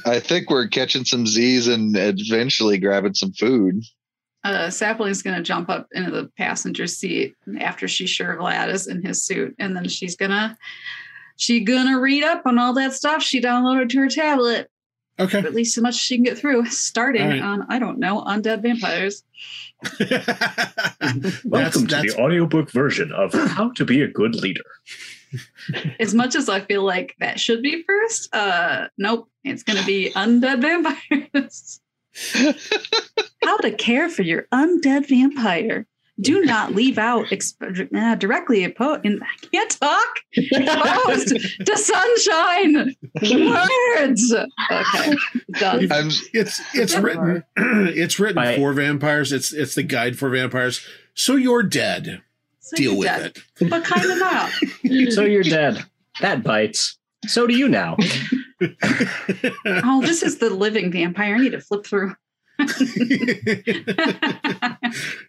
I think we're catching some Z's and eventually grabbing some food.
uh, Sapling's going to jump up into the passenger seat after she's sure Vlad is in his suit, and then she's gonna she gonna read up on all that stuff she downloaded to her tablet,
Okay.
at least so much she can get through. Starting
All right.
on I don't know undead vampires.
that's, that's
audiobook version of How to Be a Good Leader.
As much as I feel like that should be first, uh, nope, it's gonna be undead vampires. How to care for your undead vampire. Do not leave out exp- uh, directly opposed. I can't talk. exposed to sunshine. Words. Okay, done.
I'm
it's it's written it's written
Bye.
for vampires. It's it's the guide for vampires. So you're dead.
So
Deal
you're
with
done.
it.
But kind of not.
So you're dead. That bites. So do you now.
Oh, this is the living vampire. I need to flip through.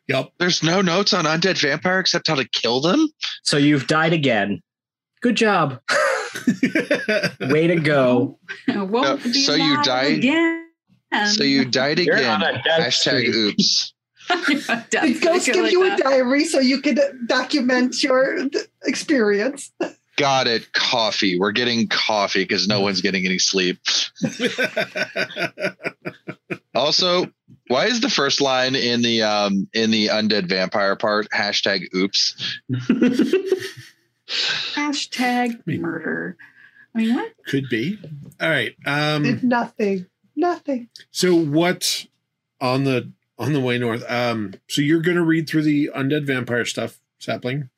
Yep.
there's no notes on undead vampire except how to kill them.
So you've died again. Good job. Way to go.
Won't
No,
be
Uh, so you
alive
died-
again.
So you died
You're
again.
on a death
Hashtag
streak.
oops.
The
Did
ghost give you a diary so you could document your th- experience.
Got it. Coffee. We're getting coffee because no one's getting any sleep. Also, why is the first line in the um in the undead vampire part hashtag oops?
Hashtag murder. I mean, what?
Could be. All right. Um
Did nothing. Nothing.
so what on the on the way north? Um so you're gonna read through the undead vampire stuff, sapling.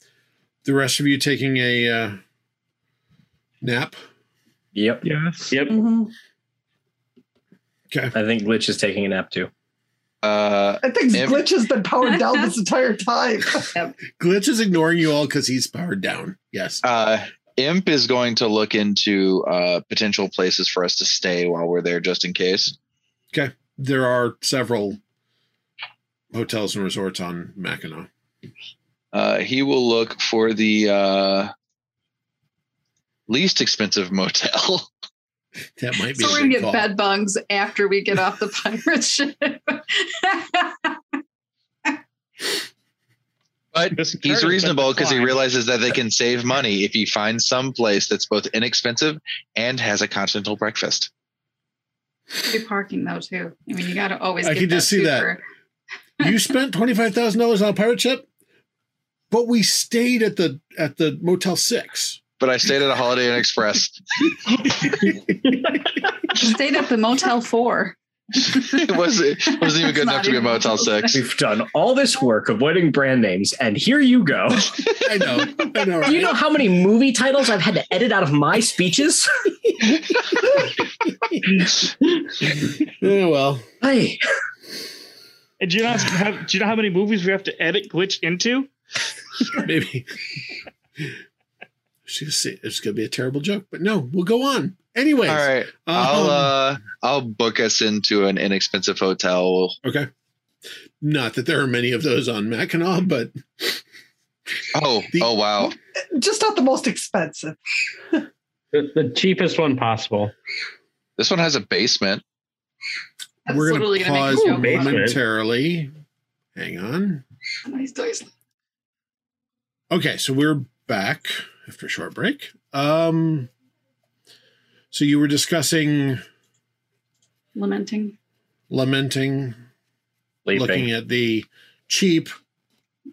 The rest of you taking a uh Nap.
Yep.
Yes.
Yep.
Mm-hmm.
Okay.
I think Glitch is taking a nap too.
Uh,
I think
Em-
Glitch has been powered down this entire time.
Glitch is ignoring you all because he's powered down. Yes.
uh, Imp is going to look into uh, potential places for us to stay while we're there, just in case.
There are several hotels and resorts on Mackinac.
Uh, he will look for the uh, least expensive motel.
That might be
So
a
we're
good
gonna get
call.
bed bugs after we get off the pirate ship.
But
This
he's
curve has
reasonable
been
because he
declined.
realizes that they can save money if he finds some place that's both inexpensive and has a continental breakfast.
Free parking though too. I mean, you got to always.
I
get
can just see that.
super-
you spent twenty five thousand dollars on a pirate ship, but we stayed at the at the Motel Six.
But I stayed at a Holiday Inn Express.
Stayed at the Motel Four.
it was it wasn't even
It's
good enough
not
to be a
even
Motel Six.
We've done all this work avoiding brand names, and here you go.
I know, I know.
Do you
right?
know how many movie titles I've had to edit out of my speeches?
Yeah, well,
Hey,
And do you know how, do you know how many movies we have to edit glitch into?
maybe she's say- it's gonna be a terrible joke, but no, we'll go on. Anyways, um,
All right,
um,
I'll uh, I'll book us into an inexpensive hotel.
okay. Not that there are many of those on Mackinac, but
Oh,
The-
oh wow!
Just not the most expensive.
The, the cheapest one possible.
This one has a basement.
That's
we're
literally
gonna
gonna make
pause
a joke
about it.
momentarily. Hang on.
Nice dice.
Okay, so we're back after a short break. Um, so you were discussing
Lamenting.
lamenting, looking
leaping.
at the cheap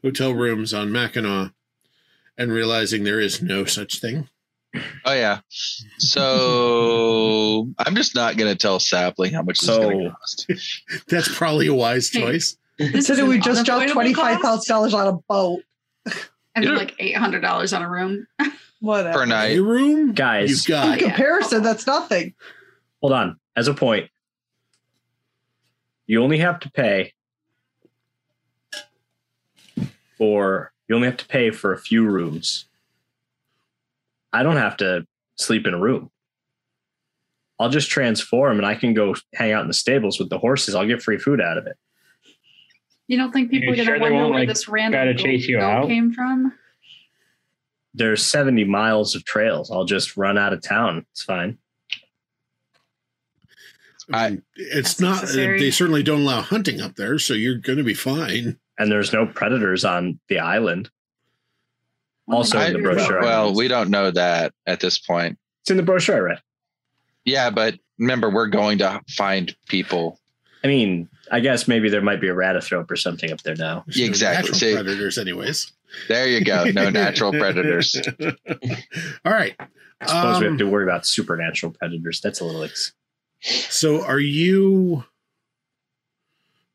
hotel rooms on Mackinac and realizing there is no such thing.
Oh yeah. So I'm just not gonna tell Sapling how much this is
So-
gonna cost.
That's probably a wise
Hey.
choice.
This
Considering
is
we
an
just dropped twenty
unavoidable cost
five thousand dollars on a boat.
And like eight hundred dollars on a room.
Whatever.
Per night.
A room,
Guys.
you've
In
got
Yeah.
comparison, that's nothing.
Hold on. As a point, you only have to pay for you only have to pay for a few rooms. I don't have to sleep in a room. I'll just transform and I can go hang out in the stables with the horses. I'll get free food out of it.
You don't think people
You
are gonna
sure they
wonder
won't,
where
like,
this
try to
random
chase you
goat
out?
came from?
There's 70 miles of trails. I'll just run out of town. It's fine.
I mean, it's
That's
not
necessary.
they certainly don't allow hunting up there, so you're gonna be fine.
And there's no predators on the island. Also in the
I-
brochure.
well, we don't know that at this point.
it's in the brochure I read.
Yeah, but remember, we're going to find people.
I mean, I guess maybe there might be a ratithrope or something up there now.
There's no
Exactly.
natural
See-
predators, anyways.
There you go. No natural predators.
All right.
I suppose we have
Um,
to worry about supernatural predators. That's a little ex-
So are you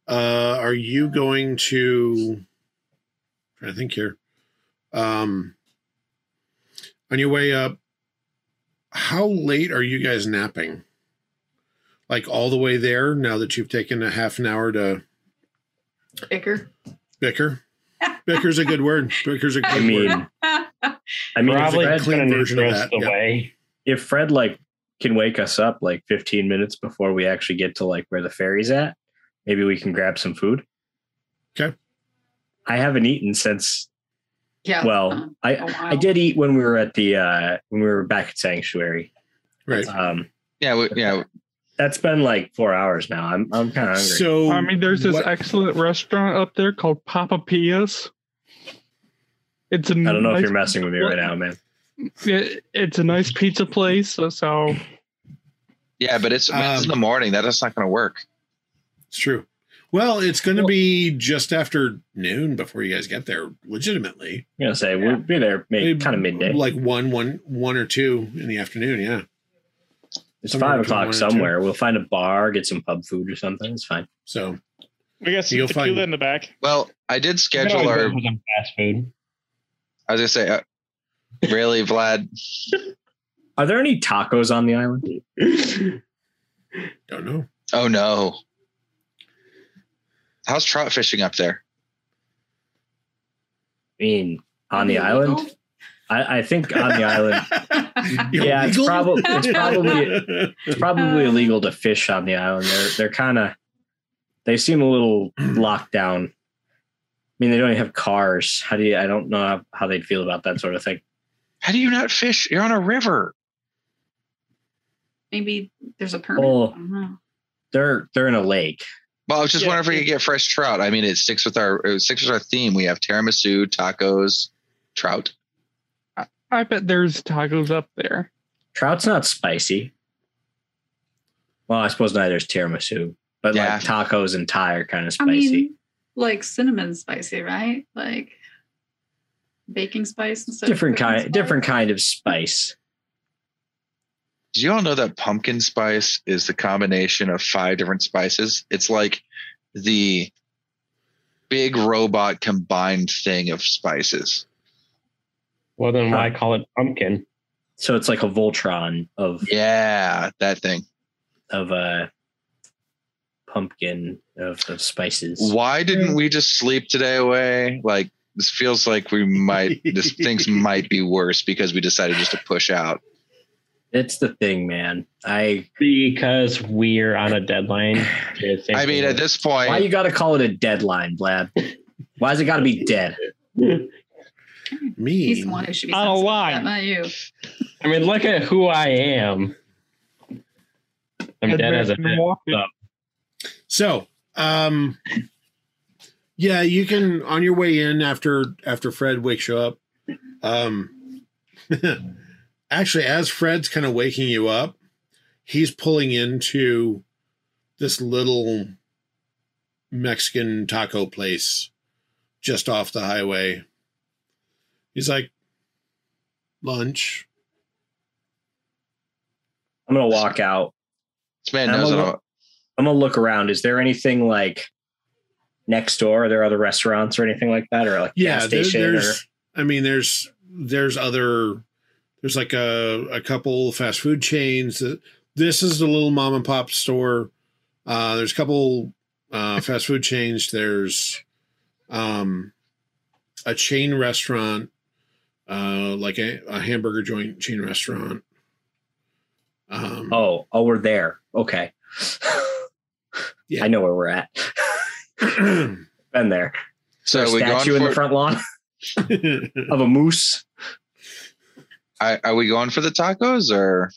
uh are you going to trying to think here. Um on your way up, how late are you guys napping? Like all the way there now that you've taken a half an hour to
Bigger.
bicker? Bicker's a good word. Bicker's a good
I
word.
mean, I mean,
Probably
if
it's a clean
Fred,
clean
version
version
of that,
the
yeah.
way.
if Fred like can wake us up like 15 minutes before we actually get to like where the ferry's at, maybe we can grab some food.
Okay.
I haven't eaten since.
Yeah. uh,
Well, I
a
I
while.
did eat when we were at the uh when we were back at sanctuary.
Right.
Um,
Yeah, we, yeah.
that's been like four hours now. I'm I'm kind of hungry.
So
I mean, there's this
what-
excellent restaurant up there called Papa Pia's. It's a
I don't know if
nice-
you're messing with me right now, man.
It, it's a nice pizza place, so, so
Yeah, but it's,
Um,
it's in the morning. That is not going to work.
It's true. Well, it's going to be just after noon before you guys get there, legitimately.
I'm gonna say we'll be there maybe kind of midday.
Like one, one, one or two in the afternoon. Yeah.
It's
somewhere between one
five o'clock
and
somewhere. We'll find a bar, get some pub food or something. It's fine.
So,
We got some
You'll
tequila
find-
in the back.
Well, I did
You can
schedule
always
our.
go for some fast food.
I was gonna say, uh, really, Vlad?
Are there any tacos on the island?
Don't know.
Oh no. How's trout fishing up there?
I mean, on the island? I, I think on the island. yeah, it's,
Illegal?
prob- it's probably it's probably illegal to fish on the island. They're they're kind of they seem a little locked down. I mean, they don't even have cars. How do you? I don't know how, how they'd feel about that sort of thing.
How do you not fish? You're on a river.
Maybe there's a permit.
Oh.
I don't know.
They're they're in a lake.
Well, I was just
Yeah,
wondering if we could get fresh trout. I mean, it sticks with our it sticks with our theme. We have tiramisu, tacos, trout.
I bet there's tacos up there.
Trout's not spicy. Well, I suppose neither is tiramisu, but
Yeah.
like tacos and Thai are kind of
I
spicy.
mean, like cinnamon spicy, right? Like baking spice instead
different
of cooking
kind,
spice.
different kind of spice.
Do you all know that pumpkin spice is the combination of five different spices? It's like the big robot combined thing of spices.
Well, then why
Huh.
call it pumpkin?
So it's like a Voltron of
Yeah, that thing.
of uh, pumpkin of, of spices.
Why didn't we just sleep today away? Like this feels like we might this things might be worse because we decided just to push out.
It's the thing, man. I
Because we're on a deadline.
I mean, at this point,
why you got to call it a deadline, Blab? Why's it got to be dead?
He's
Me.
the one who should be
On a
sensitive about
line.
that, Not you.
I mean, look at who I am. I'm dead as a
Edmund
bit.
Walker.
So,
so-
um, yeah, you can on your way in after after Fred wakes you up. Um, actually, as Fred's kind of waking you up, he's pulling into this little Mexican taco place just off the highway. He's like, lunch.
I'm gonna walk out.
this man
I'm
knows
a
I'm
lo- I'm gonna look around. Is there anything like next door? Are there other restaurants or anything like that, or like
yeah
gas
there-
station? or
there's i mean there's there's other there's like a, a couple fast food chains that this is the little mom and pop store uh there's a couple uh fast food chains there's um a chain restaurant uh like a, a hamburger joint chain restaurant um
oh, oh, we're there. Okay.
Yeah.
I know where we're at. Been there.
So are we going
Statue in the
for
front lawn of a moose.
I, are we going for the tacos or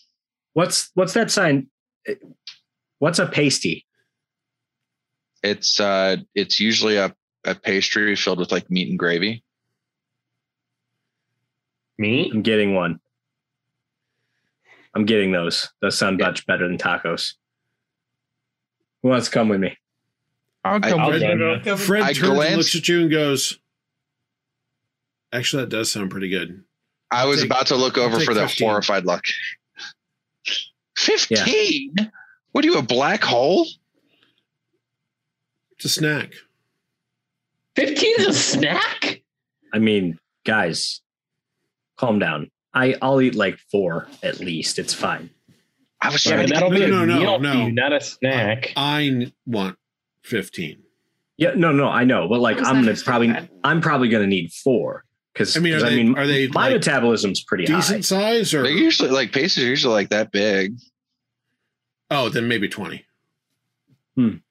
What's what's that sign? What's a pasty?
it's uh it's usually a, a pastry filled with like meat and gravy.
Me?
I'm getting one. I'm getting those. Those sound much better than tacos. Who wants to come with me?
I'll
I-
come
I'll
with
join
you.
you.
fred
I
turns
glanced-
and looks at you and goes actually that does sound pretty good
I was
Take-
about to look over
take
for that
15.
horrified look. Fifteen? What are you, a black hole?
it's a snack
15 is a snack?
I mean, guys, calm down. I I'll eat like four at least. It's fine.
I was
Yeah,
trying
but
to
that'll
No,
be a
no, no,
meal,
no.
fee, not a snack.
I n- want 15.
Yeah, no, no, I know, but like
That was
I'm
not
gonna
your
probably
bad.
I'm probably gonna need four because
I mean, are they, are they
my
like
metabolism's pretty
decent size or?
They're usually like pastries are usually like that big.
Oh, then maybe 20.
I'm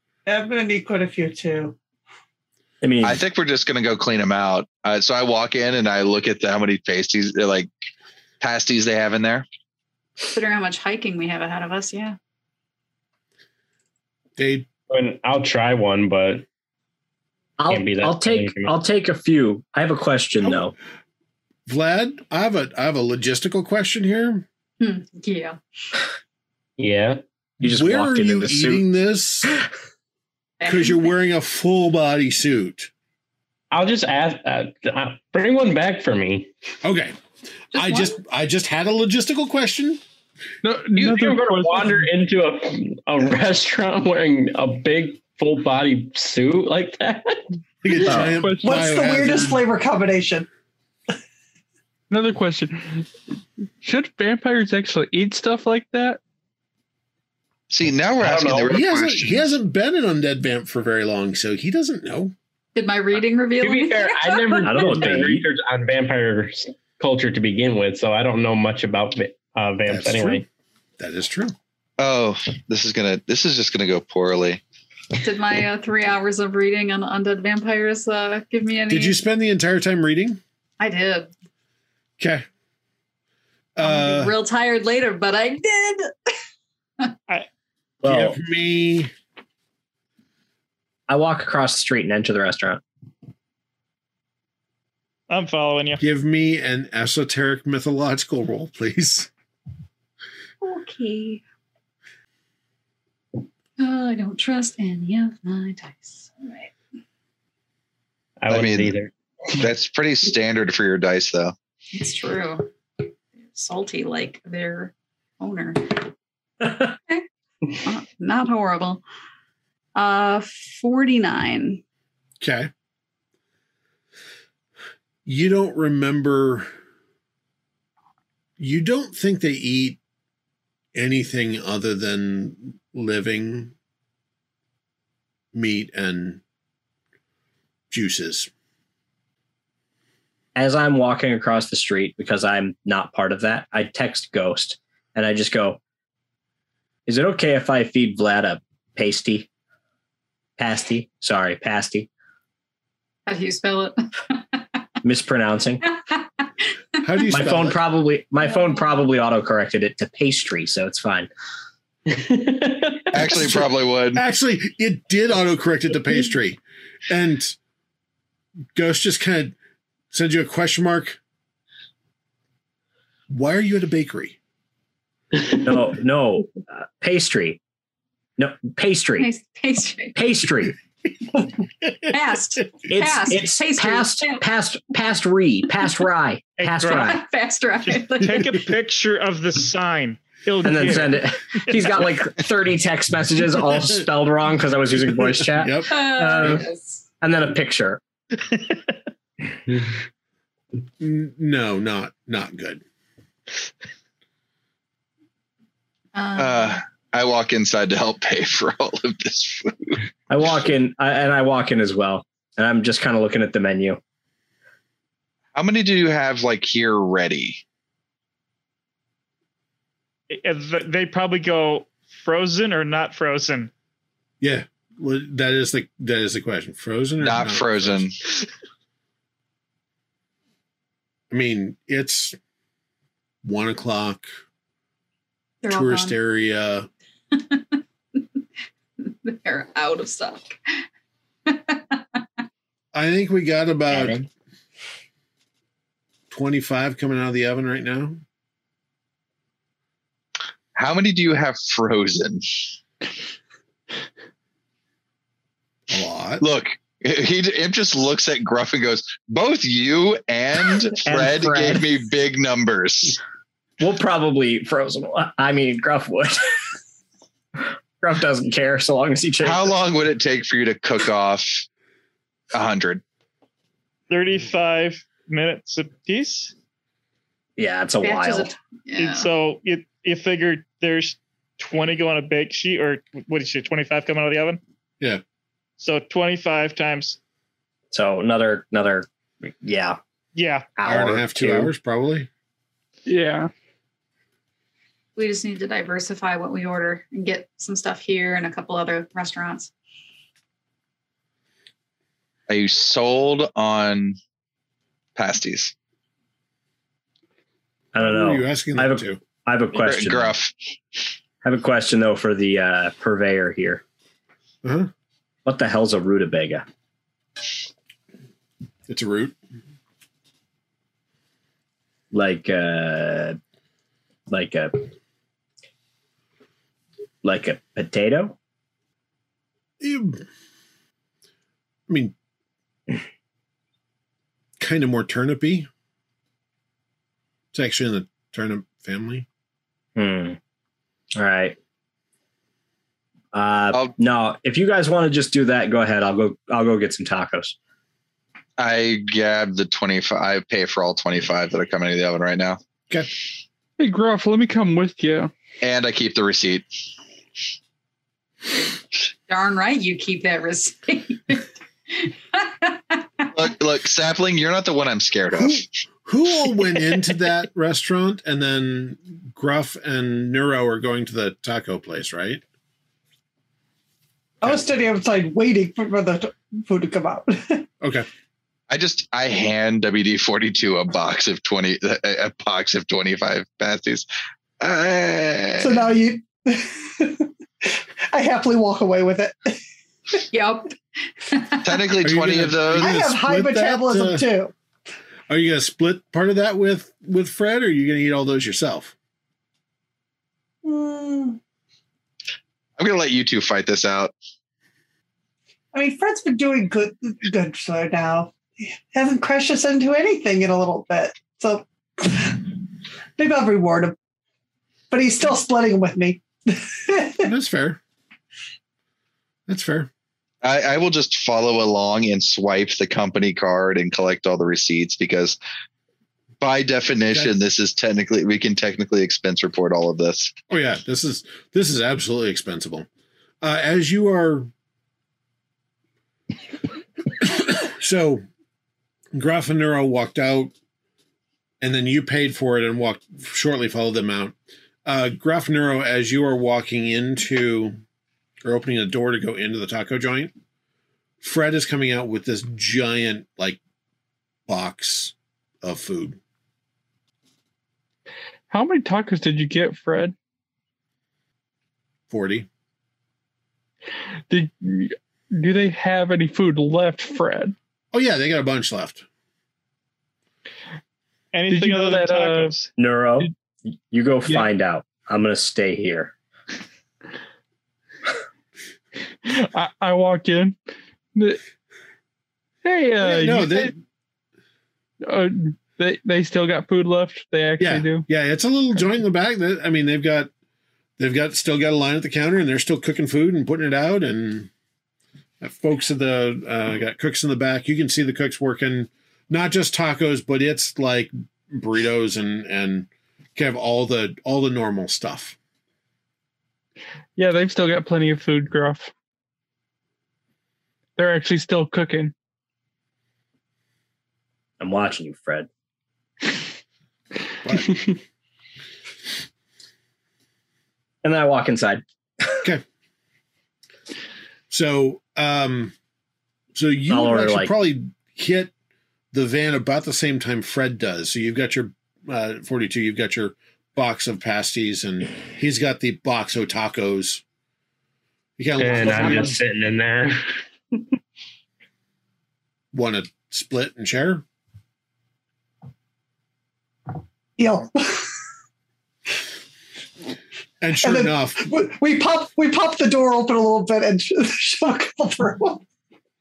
gonna need quite a few too.
high. I mean,
I think we're just gonna go clean them out. Uh, so I walk in and I look at the, how many pasties, uh, like pasties they have in there.
Considering how much hiking we have ahead of us, yeah.
They,
I mean, I'll try one, but
I'll,
can't be that
I'll take
big.
I'll take a few. I have a question
Oh.
though.
Vlad, I have a, I have a logistical question here.
Hmm, yeah.
yeah.
You just
Where
walked
are
in
you
in the suit.
eating this? Because you're wearing a full body suit.
I'll just ask, uh, uh, bring one back for me.
Okay. I
one?
just, I just had a logistical question.
No, you,
Another
you're going to
question.
wander into a, a restaurant wearing a big full body suit like that?
Like a
Wow.
giant
What's
What's the
biohazard.
weirdest flavor combination?
Another question: Should vampires actually eat stuff like that?
See, now we're
I don't
asking the
know.
real
He hasn't,
question.
he hasn't been an undead vamp for very long, so he doesn't know.
Did my reading reveal?
To be fair,
anything?
I never
I don't know what
did
they
any
eat.
research on vampire s- culture to begin with, so I don't know much about va- uh, vamps
That's
anyway.
true. That is true.
Oh, this is gonna. This is just gonna go poorly.
Did my uh, three hours of reading on undead vampires uh, give me any?
Did you spend the entire time reading?
I did.
Okay.
I'm gonna be
Uh,
real tired later, but I did.
Well,
give me.
I walk across the street and enter the restaurant.
I'm following you.
Give me an esoteric mythological roll, please.
Okay. Uh, I don't trust any of my dice. All right.
I
I
wouldn't
mean-
either.
That's pretty standard for your dice, though.
It's true. Salty like their owner. Not, not horrible. Uh 49.
Okay. You don't remember. You don't think they eat anything other than living meat and juices.
As I'm walking across the street, because I'm not part of that, I text Ghost and I just go, Is it okay if I feed Vlad a pasty? Pasty? Sorry, pasty.
How do you spell it?
Mispronouncing.
How do you
my
spell
phone
it?
probably my phone probably auto corrected it to pastry, so it's fine.
Actually, probably would.
Actually, it did autocorrect it to pastry. And Ghost just kind of sends you a question mark. Why are you at a bakery?
No, no, uh, pastry. No, pastry,
Nice pastry.
pastry.
Fast.
It's
Past.
it's
Pastry.
past
Yeah.
past past re past rye
Hey,
past
bro.
rye,
Fast
Just
right.
take a picture of the sign. He'll
and
get
then
it.
send it. He's got like thirty text messages all spelled wrong because I was using voice chat,
Yep.
Uh,
Uh, and then a picture.
N- No, not not good.
Um,
Uh, I walk inside to help pay for all of this food.
I walk in I, and I walk in as well, and I'm just kind of looking at the menu.
How many do you have like here ready?
And th- They probably go frozen or not frozen.
Yeah, well, that is the that is the question. Frozen or
Not frozen.
I mean, it's one o'clock.
they're all
Tourist
gone.
area.
They're out of stock.
I think we got about
Adding.
twenty five coming out of the oven right now.
How many do you have frozen?
A lot.
Look, he it just looks at Gruff and goes, "Both you and Fred, gave
Fred.
me big numbers."
We'll probably frozen. I mean, Gruff would. Gruff doesn't care so long as he chases.
How long would it take for you to cook off a hundred?
35 minutes apiece.
Yeah, it's a
Batches
while.
of- Yeah.
And so you, you figure there's 20 go on a bake sheet, or what did you say, 25 coming out of the oven?
Yeah.
So 25 times,
So another another yeah
yeah.
Hour, and a half, two, hours probably.
Yeah.
we just need to diversify what we order and get some stuff here and a couple other restaurants.
Are you sold on pasties?
I don't
Who are you
know.
asking
I
them
have
to?
I have a question.
Gruff.
I have a question though for the uh, purveyor here.
Uh-huh.
What the hell's a rutabaga?
It's a root.
Like uh like a like a potato?
Ew. I mean, kind of more turnipy. It's actually in the turnip family.
Hmm. All right. Uh
I'll-
no, if you guys want to just do that, go ahead. I'll go I'll go get some tacos.
I grab the 25. I pay for all 25 that are coming to the oven right now.
Hey, Gruff, let me come with you.
And I keep the receipt.
Darn right, you keep that receipt.
Look, look, sapling, you're not the one I'm scared of.
Who, who all went into that restaurant and then Gruff and Neuro are going to the taco place, right?
I was standing outside waiting for, for the t- food to come out.
Okay.
I just I hand WD forty two a box of twenty a a box of twenty five pasties. Uh,
so now you, I happily walk away with it.
yep.
technically
Are you
twenty
gonna-
of those.
are
I
you gonna
have high
split that,
metabolism
uh,
too.
Are you gonna split part of that with with Fred, or are you gonna eat all those yourself?
Mm,
I'm gonna let you two fight this out.
I mean, Fred's been doing good, good so now. He hasn't crashed us into anything in a little bit, so maybe I'll reward him. But he's still splitting with me.
That's fair. That's fair.
I, I will just follow along and swipe the company card and collect all the receipts because by definition,
Okay.
this is technically we can technically expense report all of this.
Oh yeah, this is this is absolutely expensible. Uh, as you are, so Graf and Nero walked out, and then you paid for it and walked shortly followed them out. Uh, Graf and Nero, as you are walking into or opening the door to go into the taco joint, Fred is coming out with this giant like box of food.
How many tacos did you get, Fred?
Forty.
Did do they have any food left, Fred?
Oh yeah, they got a bunch left.
Did
Anything
you know
other than
that, uh,
tacos?
Neuro, you go
Yeah.
find out. I'm gonna stay here.
I, I walk in. The- Hey, uh,
Yeah, no,
you
they,
guys- uh, they they still got food left. They actually
Yeah.
do.
Yeah, it's a little joint in the back. That I mean, they've got they've got still got a line at the counter, and they're still cooking food and putting it out. And got folks at the uh, got cooks in the back. You can see the cooks working not just tacos, but it's like burritos and and kind of all the all the normal stuff.
Yeah, they've still got plenty of food, Gruff. They're actually still cooking.
I'm watching you, Fred. And then I walk inside.
So, um, so you
I'll
would
order,
actually
like-
probably hit the van about the same time Fred does. So you've got your uh, forty-two. You've got your box of pasties, and he's got the box of tacos. You kind
And
of
I'm just sitting in there.
want to split and share.
Yo,
And sure
And then-
enough,
we, we pop we pop the door open a little bit and sh- shove a couple through.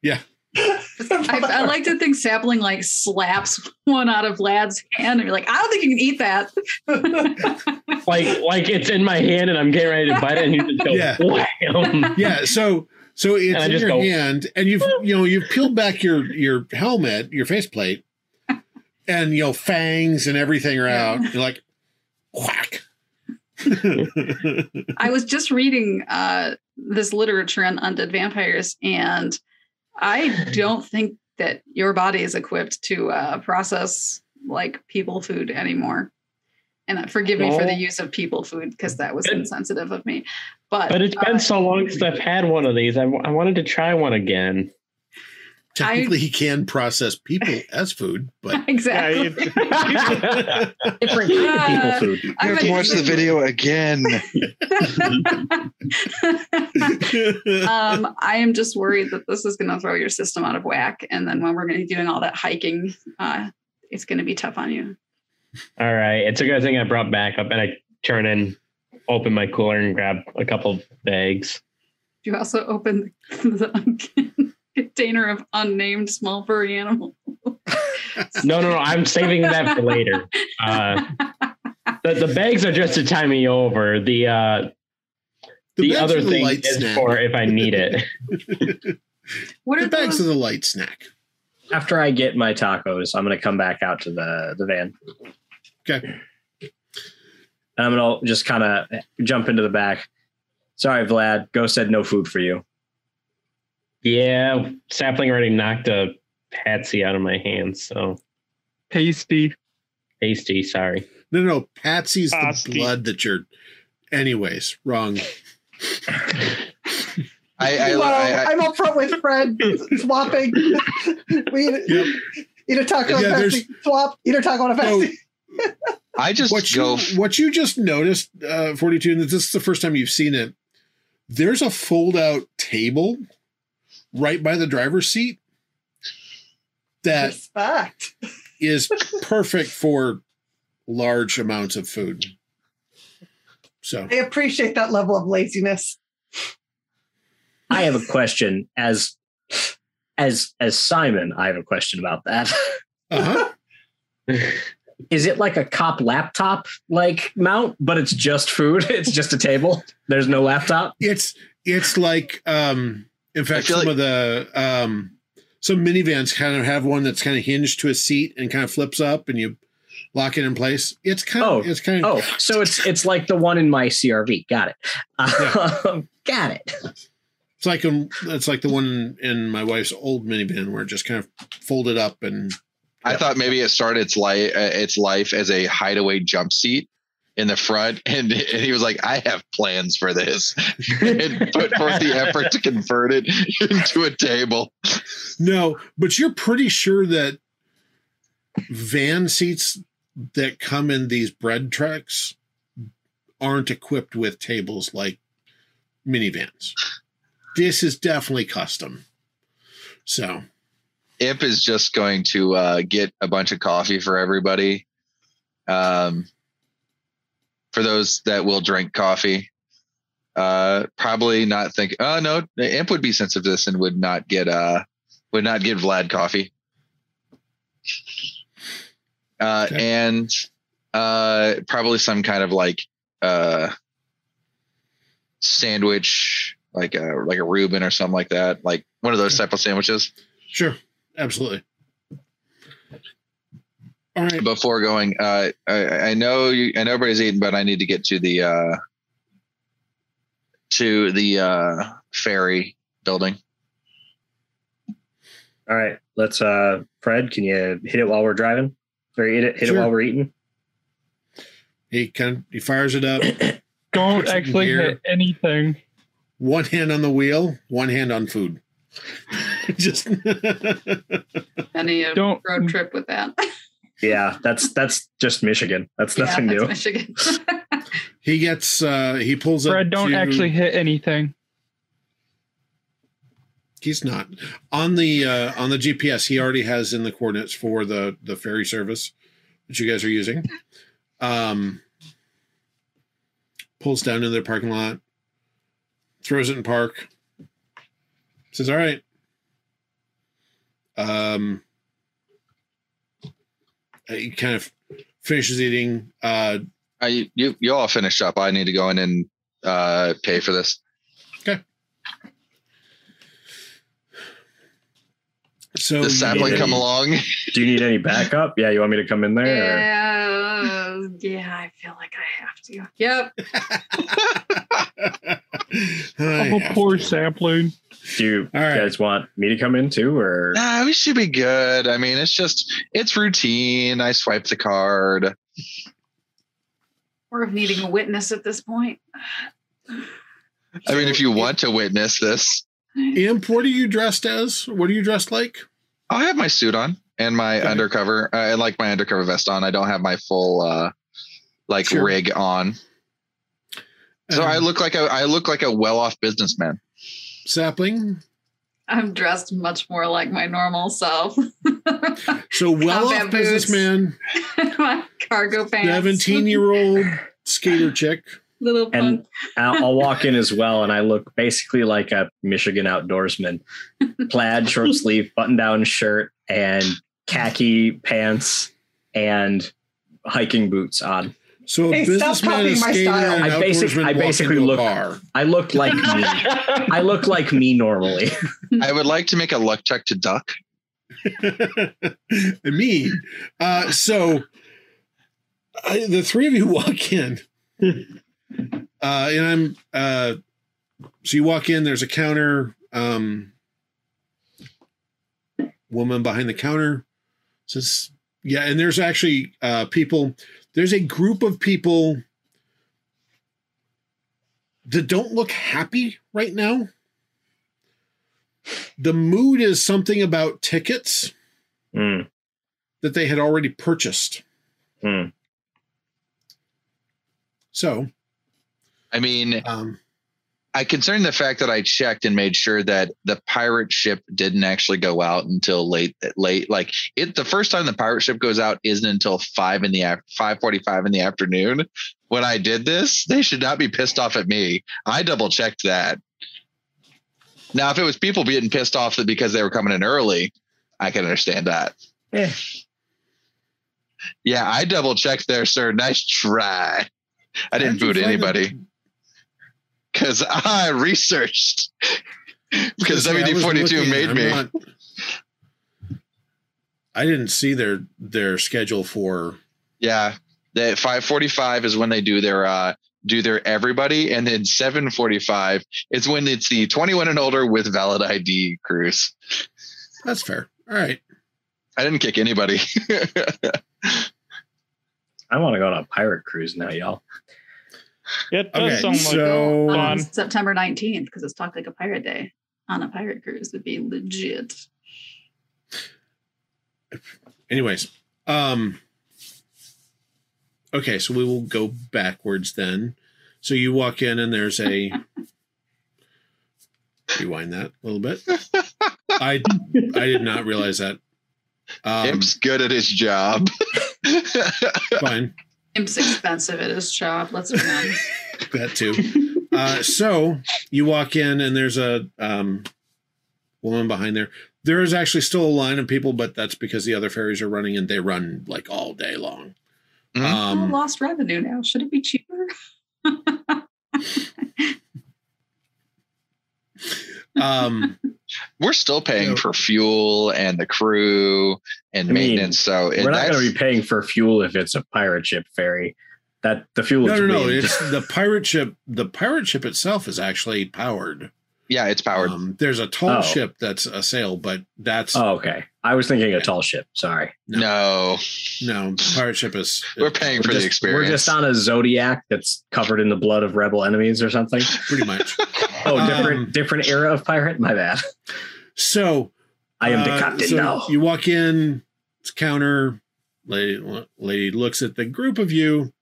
Yeah.
I, I like to think Sapling like slaps one out of Lad's hand and be like, I don't think you can eat that.
Like like it's in my hand and I'm getting ready to bite it and you just go
Yeah.
wham.
yeah. So so it's
I
in
just
your
go-
hand, and you've you know you've peeled back your your helmet, your faceplate, and you know fangs and everything are out. You're like, whack.
I was just reading uh, this literature on undead vampires, and I don't think that your body is equipped to uh, process like people food anymore. And uh, forgive me for the
No.
use of people food because that was
Good.
insensitive of me. But,
But it's
uh,
been so long since I've had one of these. I, I wanted to try one again.
Technically, he can process people as food, but
Yeah,
exactly.
it-
Different kind of people
Uh,
food.
You have to watch the video again.
um, I am just worried that this is going to throw your system out of whack, and then when we're going to be doing all that hiking, uh, it's going to be tough on you.
All right. It's a good thing I brought back up and I turn in, open my cooler and grab a couple bags.
You also open the un- container of unnamed small furry animal.
No, no, no. I'm saving that for later. Uh, the, the bags are just to tie me over. The uh, the,
bags
other
are the
thing
light
is
snack.
for if I need it.
What
the
are
bags
those?
are the light snack.
after I get my tacos, I'm gonna come back out to the the van.
Okay.
And I'm gonna just kind of jump into the back. Sorry, Vlad. Ghost said no food for you.
Yeah, sapling already knocked a patsy out of my hands. So
Pasty.
hasty. Sorry.
No, no, no. Patsy's the
Pasty.
blood that you're. Anyways, wrong.
I, I,
Wow,
I, I
I'm up front with Fred swapping. we eat,
Yep.
eat a taco
Yeah,
and a
there's- Oh,
Pepsi. Swap. Eat a taco and a
So
Pepsi.
I just
what you
go. f-
what you just noticed, uh, forty two, and this is the first time you've seen it. There's a fold out table right by the driver's seat that
Respect.
is perfect for large amounts of food. So
I appreciate that level of laziness.
I have a question as as as Simon. I have a question about that.
uh-huh.
Is it like a cop laptop like mount, but it's just food? It's just a table. There's no laptop.
it's it's like um in fact
feel
some of the um some minivans kind of have one that's kind of hinged to a seat and kind of flips up and you lock it in place. It's kind of
Oh.
it's kind of
Oh, so it's it's like the one in my CRV. Got it. Um, Got it.
It's like um, it's like the one in my wife's old minivan where it just kind of folded up and
I thought maybe it started its life, its life as a hideaway jump seat in the front, and, and he was like, "I have plans for this," and put forth the effort to convert it into a table.
no, but you're pretty sure that van seats that come in these bread trucks aren't equipped with tables like minivans. This is definitely custom. So
Imp is just going to uh, get a bunch of coffee for everybody. Um, for those that will drink coffee, uh, probably not think. Oh no, Imp would be sensitive to this and would not get uh would not get Vlad coffee. Uh,
Okay.
And uh, probably some kind of like uh, sandwich, like a like a Reuben or something like that, like one of those type of sandwiches.
sure, absolutely. All right.
before going uh i i know you i know everybody's eating but i need to get to the uh to the uh ferry building
All right, let's. uh Fred, can you hit it while we're driving, or hit it hit
Sure.
it while we're eating?
He kind of, he fires it up.
Don't
Puts it in
actually
here.
hit anything.
one hand on the wheel, one hand on food. Just
Any a
Don't-
road trip with that.
Yeah, that's that's just Michigan. That's nothing
yeah,
new.
that's Michigan.
he gets uh he pulls up.
Fred, don't
to-
actually hit anything.
He's not on the uh on the GPS. He already has in the coordinates for the the ferry service that you guys are using. Um, pulls down into their parking lot, throws it in park. Says, "All right." Um, uh, he kind of finishes eating. Uh,
uh, you, you you all finish up i need to go in and uh pay for this
so
the sapling
yeah.
come along
Do you need any backup? Yeah, you want me to come in there? or-
yeah, yeah, I feel like I have to. Yep.
Oh, I
oh,
have
poor
to.
sapling.
Do you
All right.
guys want me to come in too, or
nah we should be good i mean it's just it's routine i swipe the card
We're needing a witness at this point.
i mean if you want to witness this
Imp, what are you dressed as? What are you dressed like?
i have my suit on and my
Okay.
undercover uh, i like my undercover vest on i don't have my full uh like
Sure.
rig on so
Um,
i look like a i look like a well-off businessman
sapling.
I'm dressed much more like my normal self.
Oh,
So well
Combat
off
boots.
businessman,
my cargo pants.
seventeen year old skater chick.
little
And-
punk.
I'll, I'll walk in as well, and I look basically like a Michigan outdoorsman, plaid short sleeve button down shirt and khaki pants and hiking boots on.
So a
Hey, stop
businessman,
copying
a
my
skater,
style.
and an
I basic-
outdoorsman
I
walk
basically
into a
look-
bar.
I look like me. I look like me normally.
I would like to make a luck check to duck.
and me. Uh, so I, the three of you walk in, uh, and I'm uh, so you walk in. There's a counter. Um, woman behind the counter says, "Yeah." And there's actually uh, people. There's a group of people that don't look happy right now. The mood is something about tickets
Mm,
that they had already purchased.
mm.
So,
I mean,
um,
I concerned the fact that I checked and made sure that the pirate ship didn't actually go out until late, late. Like it, the first time the pirate ship goes out isn't until five in the af- five forty-five in the afternoon. When I did this, they should not be pissed off at me. I double checked that. Now, if it was people being pissed off that because they were coming in early, I can understand that.
Eh.
Yeah.
Yeah, I double checked there, sir. Nice try. I didn't
How'd you
boot
find
anybody
them?
because I researched. Because
Yeah, I was
WD forty two
looking,
made
I'm
me.
not- I didn't see their their schedule for
Yeah, that five forty five is when they do their uh do their everybody, and then seven forty five is when it's the twenty one and older with valid ID cruise.
That's fair. All right.
I didn't kick anybody.
I want to go on a pirate cruise now, y'all.
It
Okay,
does sound like
so-
fun.
on Um, September 19th because it's Talk Like a Pirate Day on a pirate cruise would be legit.
Anyways, um Okay, so we will go backwards then. So you walk in and there's a rewind that a little bit. I I did not realize that. Um,
Imp's good at his job.
fine.
Imp's expensive at his job. Let's be honest.
that too. Uh, so you walk in and there's a um, woman behind there. There is actually still a line of people, but that's because the other ferries are running and they run like all day long.
Mhm.
Oh,
Um,
lost revenue now. Should it be cheaper?
um,
We're still paying
Yeah.
for fuel and the crew and
I mean,
maintenance. so it,
We're not
that's
going to be paying for fuel if it's a pirate ship ferry. That the fuel
no,
is
no, no.
rigged.
It's the pirate ship. The pirate ship itself is actually powered.
yeah, it's powered.
Um, there's a tall
Oh.
ship that's a sail, but that's
Oh, okay. I was thinking a tall ship. Sorry.
no,
no pirate ship is.
we're paying for the
just,
experience.
We're just on a zodiac that's covered in the blood of rebel enemies or something.
pretty much.
Oh, different
Um,
different era of pirate. My bad.
So
I am
Uh,
the captain
so
now.
You walk in, it's counter. Lady, lady looks at the group of you.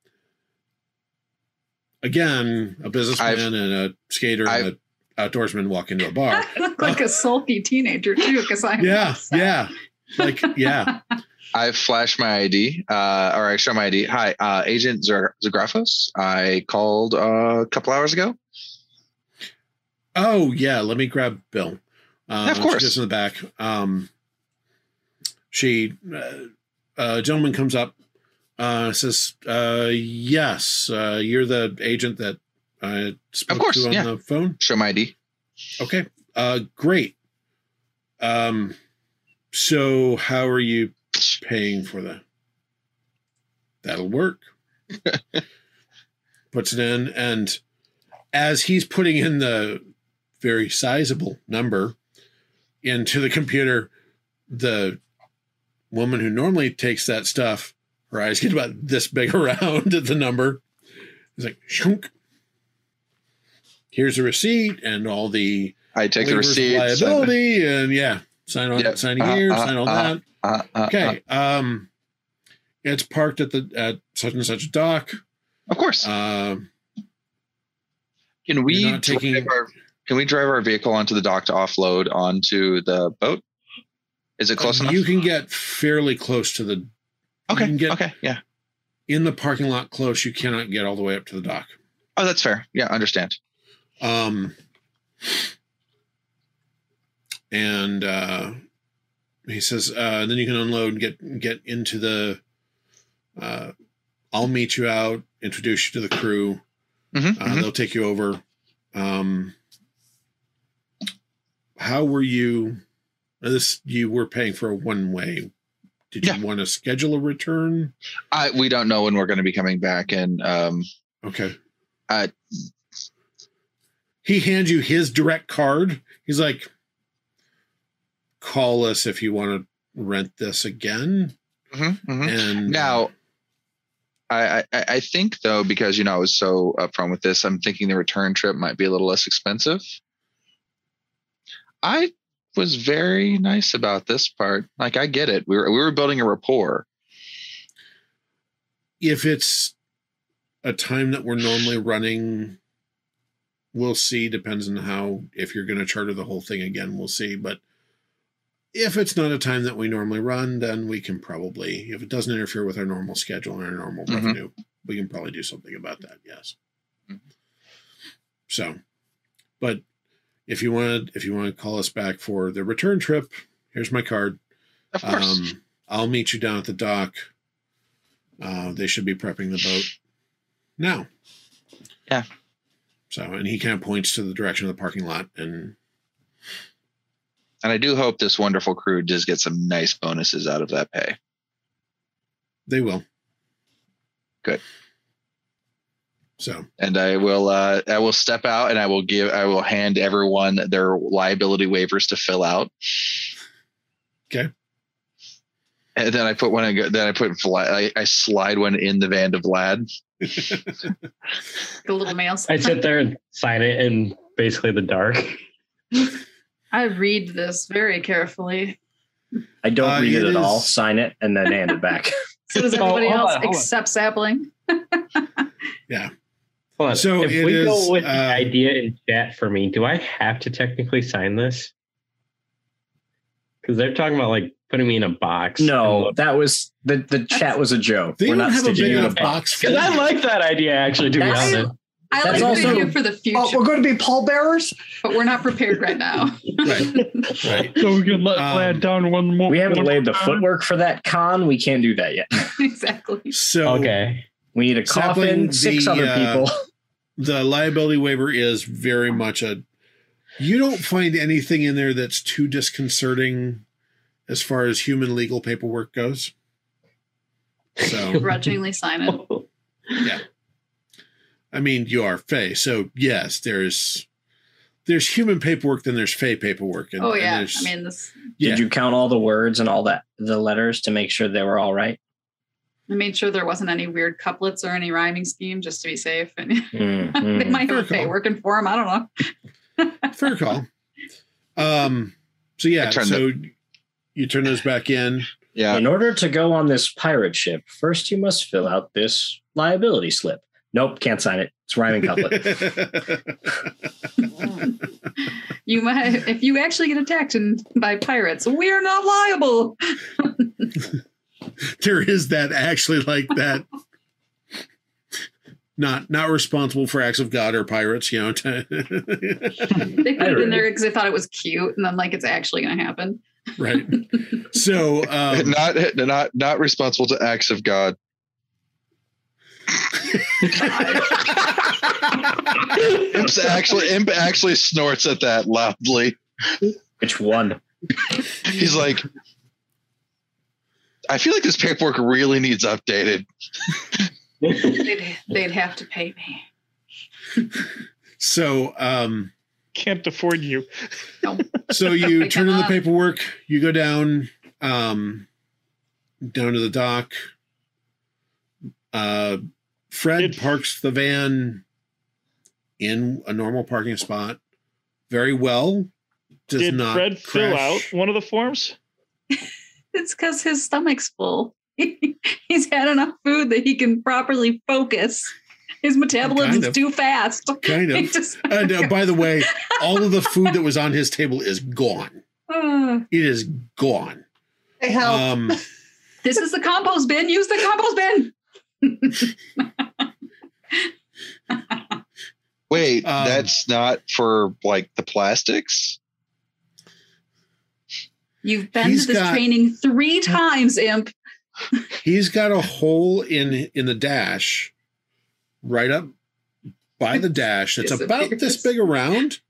Again, a businessman
I've-
and a skater and a outdoorsman walk into a bar.
I look like a sulky teenager too because I'm
yeah,
upset.
yeah, like yeah.
I flash my ID, uh, or I show my ID. Hi, uh, Agent Zer- Zagrafos. I called uh, a couple hours ago.
Oh yeah, let me grab Bill. Uh,
Of course.
she goes in the back. Um, she, uh, a gentleman comes up, uh, says, uh, "Yes, uh, you're the agent that I spoke
course,
to on
yeah.
the phone."
Show my ID.
Okay. Uh great. Um so how are you paying for that? That'll work. Puts it in and as he's putting in the very sizable number into the computer, the woman who normally takes that stuff, her eyes get about this big around at the number. It's like shunk. Here's a receipt and all the
I take
waivers
the
of
receipt.
liability, and yeah, sign on,
Yep.
sign
Uh,
here,
uh,
sign all
uh,
that.
Uh, uh, uh,
Okay, um, it's parked at the at such and such dock.
of course.
Um,
can we
you're not
drive
taking-
our, can we drive our vehicle onto the dock to offload onto the boat? Is it close enough?
Uh, you can get fairly close to the
okay.
can get-
okay. Yeah.
in the parking lot close. You cannot get all the way up to the dock.
Oh, that's fair. Yeah, understand.
Um, and uh, he says, uh, then you can unload and get get into the. Uh, I'll meet you out, introduce you to the crew.
Mhm,
Uh,
mhm.
They'll take you over. Um, how were you This you were paying for a one way. Did
Yeah.
you want to schedule a return?
I we don't know when we're going to be coming back, and um,
Okay.
Uh,
he hands you his direct card. He's like, call us if you want to rent this again.
mhm,
Mm-hmm,
mhm.
And
Now, I, I I think though because you know I was so upfront with this, I'm thinking the return trip might be a little less expensive. I was very nice about this part. Like I get it. We were we were building a rapport.
if it's a time that we're normally running, we'll see. Depends on how, if you're going to charter the whole thing again, we'll see. But if it's not a time that we normally run, then we can probably, if it doesn't interfere with our normal schedule and our normal
Mhm.
revenue, we can probably do something about that. Yes.
Mhm.
So, but if you want to, if you want to call us back for the return trip, here's my card.
Of course.
Um, I'll meet you down at the dock. Uh, they should be prepping the boat now.
Yeah.
So, and he kind of points to the direction of the parking lot, and
and I do hope this wonderful crew does get some nice bonuses out of that pay.
they will.
Good.
So,
And I will uh, I will step out and I will give I will hand everyone their liability waivers to fill out.
Okay.
And then I put one. I go, then I put Vlad, I, I slide one in the van to Vlad.
Like a little mail.
I sit there and sign it in basically the dark.
I read this very carefully.
I don't
Uh,
read it,
it
at all.
is-
Sign it and then hand it back.
So does
Oh,
everybody
hold
else
on, hold on.
except Sapling.
Hold on.
So
if
it
we
is,
go with the
uh,
idea in chat for me, do I have to technically sign this? Because they're talking about like putting me in a box.
No, that was the the chat was a joke.
they
We're
don't
not
have a
sticking
big
you in a
enough
box.
box.
because I
for
like that idea actually. To be
That's-
honest,
I
That's
like the
also-
idea for the future,
Oh, we're going to be pallbearers.
but we're not prepared right now.
you. right, right.
So we can let
Um,
Vlad down one more.
We haven't
one
laid the
more time.
footwork for that con. We can't do that yet.
exactly.
So,
okay.
We need a
Sapling,
coffin, six
the,
other
uh,
people.
the liability waiver is very much a you don't find anything in there that's too disconcerting as far as human legal paperwork goes so
Grudgingly sign it.
i mean you are fey so yes there's there's human paperwork then there's fey paperwork and,
Oh
and
yeah.
there's,
I mean this
yeah
Did you count all the words and all that the letters to make sure they were all right?
I made sure there wasn't any weird couplets or any rhyming scheme just to be safe. And
Mm,
they
mm.
might have a
Fair
pay
call.
working for them. I don't know.
fair call um so yeah
I turned
so you turn those back in
Yeah.
In order to go on this pirate ship, first you must fill out this liability slip. Nope, can't sign it. It's rhyming couplet.
You might if you actually get attacked and by pirates, we are not liable.
there is that actually like that not not responsible for acts of god or pirates you know
They put it in
Pirate.
there because they thought it was cute, and then like it's actually going to happen.
right so um
not not not responsible to acts of God. Imp actually Imp actually snorts at that loudly.
Which one?
He's like, I feel like this paperwork really needs updated.
They'd, they'd have to pay me.
so um
Can't afford you.
so you
Pick
turn
them
in the
up.
paperwork you go down um down to the dock uh fred
It-
parks the van in a normal parking spot very well does
Did
not
Fred fill out
crash.
one of the forms?
It's because his stomach's full. He's had enough food that he can properly focus. His metabolism's
Kind of.
too fast.
kind
He
of
just-
And uh, by the way, all of the food that was on his table is gone.
Ugh.
It is gone.
Hey, help.
Um,
this is the compost bin. Use the compost bin.
Wait,
Um,
that's not for like the plastics.
You've been
He's
to this
got-
training three times, Imp.
he's got a hole in in the dash, right up by the dash. That's about this big around.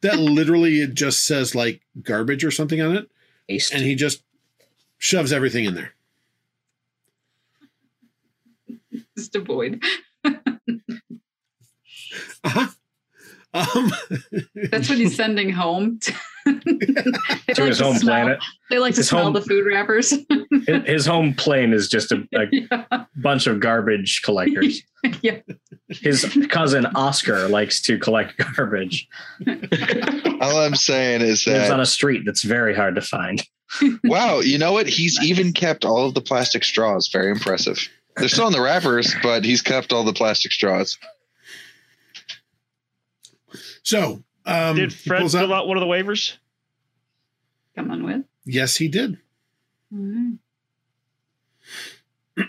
That literally it just says like garbage or something on it.
Waste.
and he just shoves everything in there.
Just avoid.
Uh-huh. Um,
That's what he's sending home. They
to
like
his home
smell-
planet.
They like to
His
smell
home-
the food wrappers.
His his home plane is just a, a
yeah.
bunch of garbage collectors.
Yeah.
His cousin Oscar likes to collect garbage.
All I'm saying is
Lives on
that
a street that's very hard to find.
wow, you know what? He's even kept all of the plastic straws. Very impressive. They're still in the wrappers, but he's kept all the plastic straws.
so um,
Did
he
Fred
pulls out-
fill out one of the waivers?
Come on with.
Yes, he did.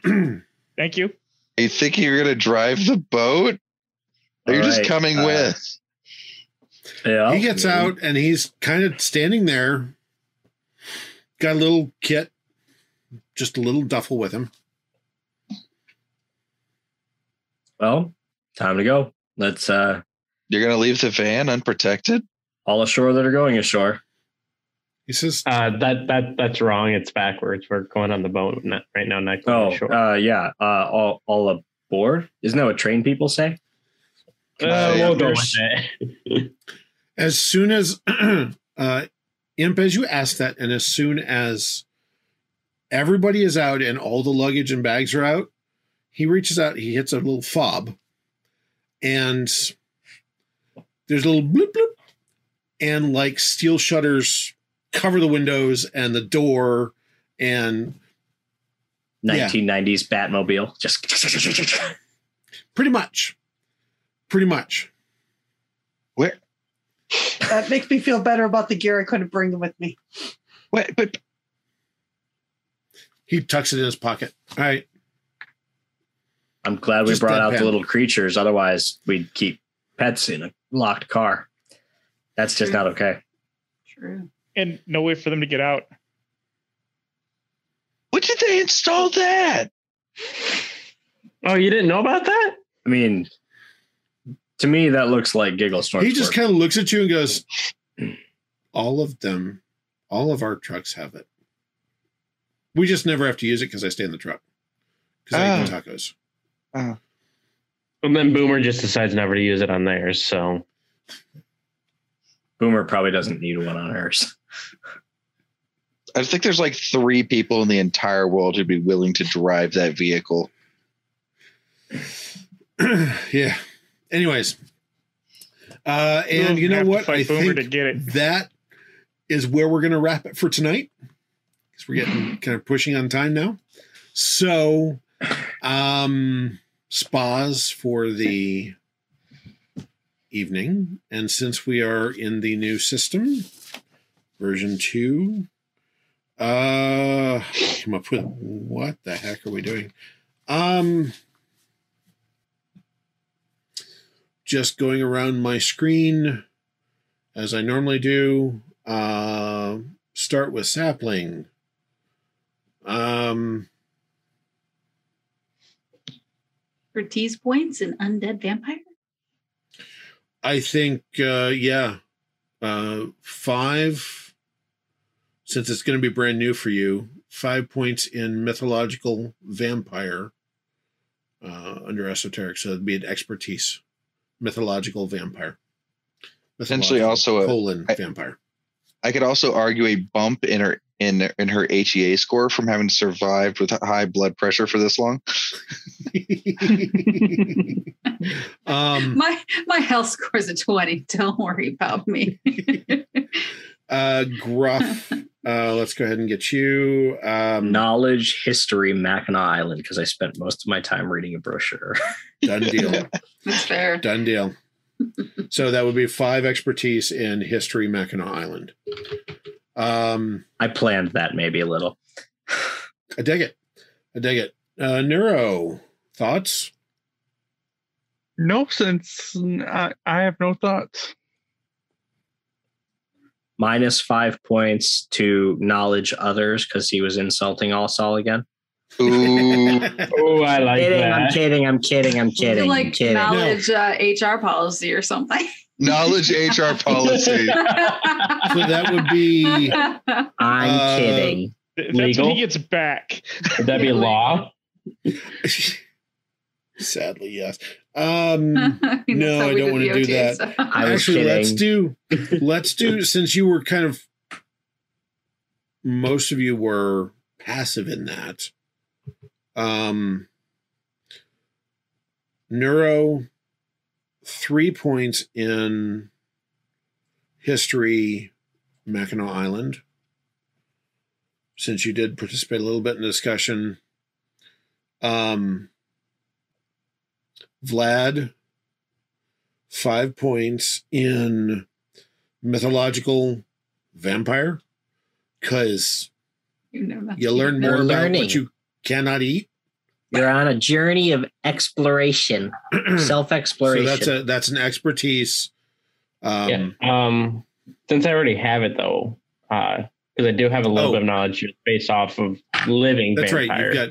Mm.
Thank you.
You think you're gonna drive the boat? Are you
All
just
right,
coming
uh,
with?
Yeah.
he gets out and he's kind of standing there. Got a little kit, just a little duffel with him.
Well, time to go. Let's uh
You're gonna leave the van unprotected?
all ashore that are going ashore.
He says,
Uh, that that that's wrong. It's backwards. We're going on the boat not, right now. Not
Oh,
going ashore.
uh yeah. Uh all all aboard. Isn't that what train people say?
Uh,
yeah,
we'll go with
there's-
it.
as soon as uh, Imp, as you ask that, and as soon as everybody is out and all the luggage and bags are out, he reaches out, he hits a little fob, and there's a little bloop bloop, and like steel shutters cover the windows and the door, and Yeah.
1990s Batmobile. Just
pretty much, pretty much.
That makes me feel better about the gear I couldn't bring with me.
Wait, but
He tucks it in his pocket. All right.
I'm glad we
Just
brought out
deadpan.
the little creatures. Otherwise, we'd keep pets in a locked car. That's just
True.
not okay.
True.
And no way for them to get out.
what did they install that?
oh, you didn't know about that?
I mean, to me, that looks like Giggle Storm.
he just kind of looks at you and goes, "All of them, all of our trucks have it. We just never have to use it because I stay in the truck because I eat the tacos."
And then Boomer just decides never to use it on theirs. So
Boomer probably doesn't need one on hers.
I think there's like three people in the entire world who'd be willing to drive that vehicle.
yeah. Anyways, uh, and
We'll
you know
have to
what?
Fight
I
Boomer
think
to get it.
that is where we're going to wrap it for tonight because we're getting kind of pushing on time now. So, um, spas for the evening, and since we are in the new system, version two, uh, come up with what the heck are we doing? Um, just going around my screen as I normally do. Uh, start with sapling. Um,
Expertise points in undead vampire.
I think uh, yeah, uh, five. Since it's going to be brand new for you, five points in mythological vampire uh, under esoteric, so it'd be an expertise mythological vampire.
Essentially
Mythological
also a-
colon
I-
vampire.
I could also argue a bump in her in in her HEA score from having survived with high blood pressure for this long.
um,
My my health score is a twenty. Don't worry about me.
Uh, gruff. uh, let's go ahead and get you. Um,
Knowledge, history, Mackinac Island, because I spent most of my time reading a brochure.
Done deal.
That's fair.
Done deal. So that would be five expertise in history, Mackinac Island. Um,
I planned that maybe a little.
I dig it. I dig it. Uh, Neuro thoughts.
No, since I, I have no thoughts.
Minus five points to knowledge others because he was insulting all Saul again.
Ooh.
Oh, I like
kidding, I'm
that.
kidding, I'm kidding, I'm
You
kidding, I'm
like
kidding.
knowledge uh, HR policy or something.
Knowledge HR policy.
So that would be
I'm
Uh,
kidding.
Th- That's when
Legal?
he gets back.
Would that be law?
sadly yes. Um, No, I don't wanna do that.
I was
actually,
kidding.
let's do let's do since you were kind of most of you were passive in that. Um, neuro three points in history, Mackinac Island. Since you did participate a little bit in discussion, um, Vlad five points in mythological vampire because
You, know that.
you learn more
You're
about
learning.
what you cannot eat.
You're on a journey of exploration,
so
self-exploration.
that's a that's an expertise. Um,
yeah. Um, since I already have it though, because I do have a little
Oh.
bit of knowledge just based off of living
That's right.
vampire,
You've got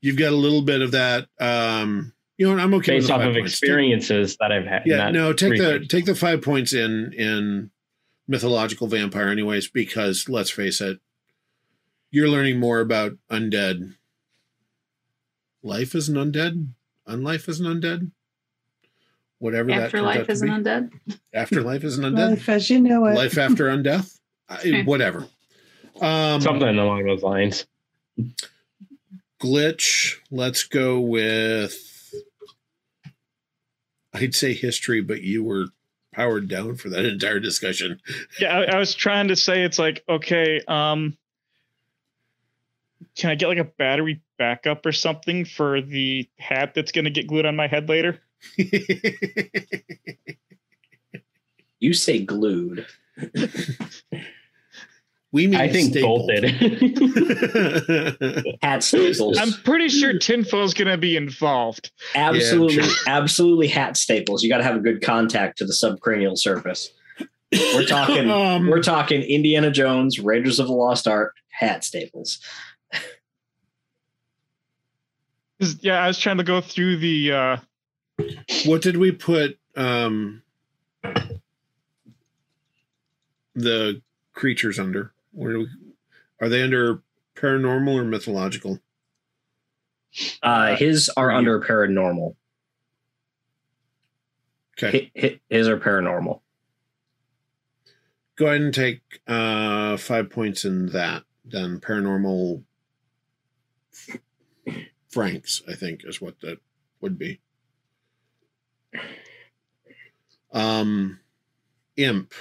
you've got a little bit of that. Um, you know, what, I'm okay with
based
the
off
five
of
points.
experiences that I've had.
Take- yeah,
not
no, take the
research.
take the five points in in mythological vampire, anyways, because let's face it, you're learning more about undead. Life is an undead. Unlife is an undead. Whatever that
Afterlife
turns
is
out
an
to
undead.
be. Afterlife is an undead.
Life as you know it.
life after undeath I,
Okay.
whatever um
something along those lines.
glitch let's go with i'd say history but you were powered down for that entire discussion
Yeah, I, I was trying to say it's like, okay, um can I get like a battery backup or something for the hat that's gonna get glued on my head later?
you say glued.
we mean
I think
stapled.
bolted.
Hat staples.
I'm pretty sure tinfoil's gonna be involved.
absolutely,
Yeah,
absolutely hat staples. You got to have a good contact to the subcranial surface. We're talking.
Um,
We're talking Indiana Jones, Raiders of the Lost Ark, hat staples.
'Cause, Yeah, I was trying to go through the uh
what did we put um the creatures under Where do we, are they under paranormal or mythological
Uh, his are under paranormal.
okay
Hi- hi- His are paranormal.
go ahead and take uh five points in that then paranormal franks i think is what that would be um imp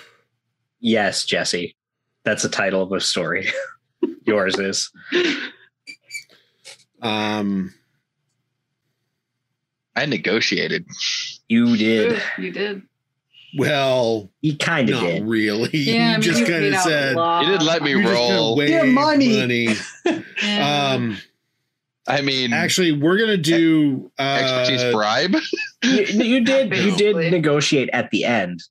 Yes, Jesse. That's the title of a story. Yours is.
um
I negotiated.
You did.
You did.
well
You kind of
not
did.
really you just kind of said
You didn't let me
you just kinda
roll.
waved
Yeah, money.
money. um
I mean,
actually we're gonna do uh
expertise bribe.
You, you did. You did
Basically.
negotiate at the end.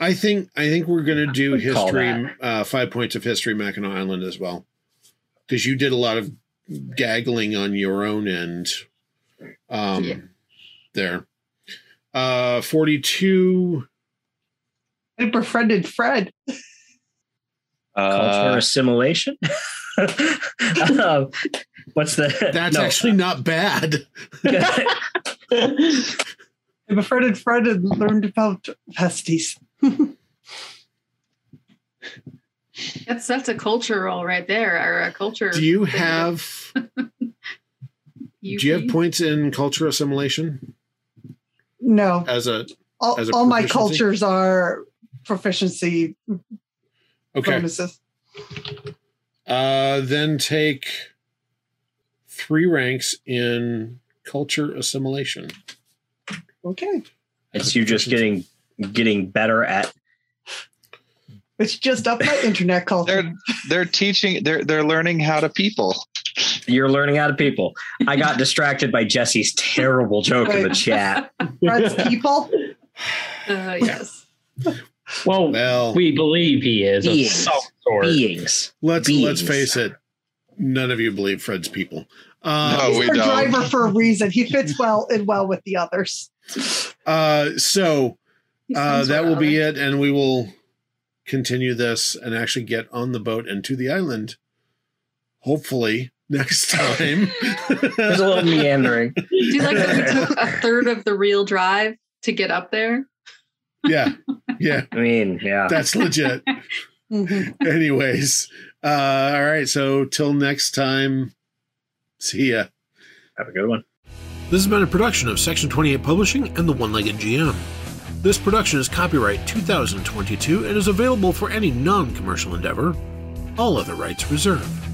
I think I think we're gonna do
would call
history uh, five points of history Mackinac Island as well because you did a lot of gaggling on your own end um
Yeah.
there uh 42
I befriended Fred.
Culture
Uh,
assimilation. Um, what's the?
that's actually not bad
I befriended Fred and learned about pesties.
That's that's a culture roll right there, or a culture.
do you have do you have points in culture assimilation
No,
as a
all,
As a
all my
proficiency?
cultures are proficiency
okay
bonuses.
uh then take three ranks in culture assimilation
Okay,
It's you just getting getting better at.
it's just up my internet culture.
they're they're teaching. They're they're learning how to people.
You're learning how to people. I got distracted by Jesse's terrible joke in the chat.
Fred's people.
Uh, yes.
well,
well
we believe he is of
Beings.
some sort.
Beings.
Let's let's
beings.
face it, none of you believe Fred's people. Um,
No, we
Our
don't.
driver for a reason. He fits well and well with the others.
Uh, so
He's some
uh,
sort
that
of
will be it,
other-
and we will continue this and actually get on the boat and to the island. Hopefully next time.
There's a little meandering.
Do you like that we took a third of the real drive to get up there?
yeah, yeah,
I mean, yeah.
that's legit.
Mhm.
Anyways, uh, all right. So till next time. See ya.
Have a good one.
This has been a production of Section 28 Publishing and the One Legged GM. This production is copyright 2022 and is available for any non commercial endeavor, all other rights reserved.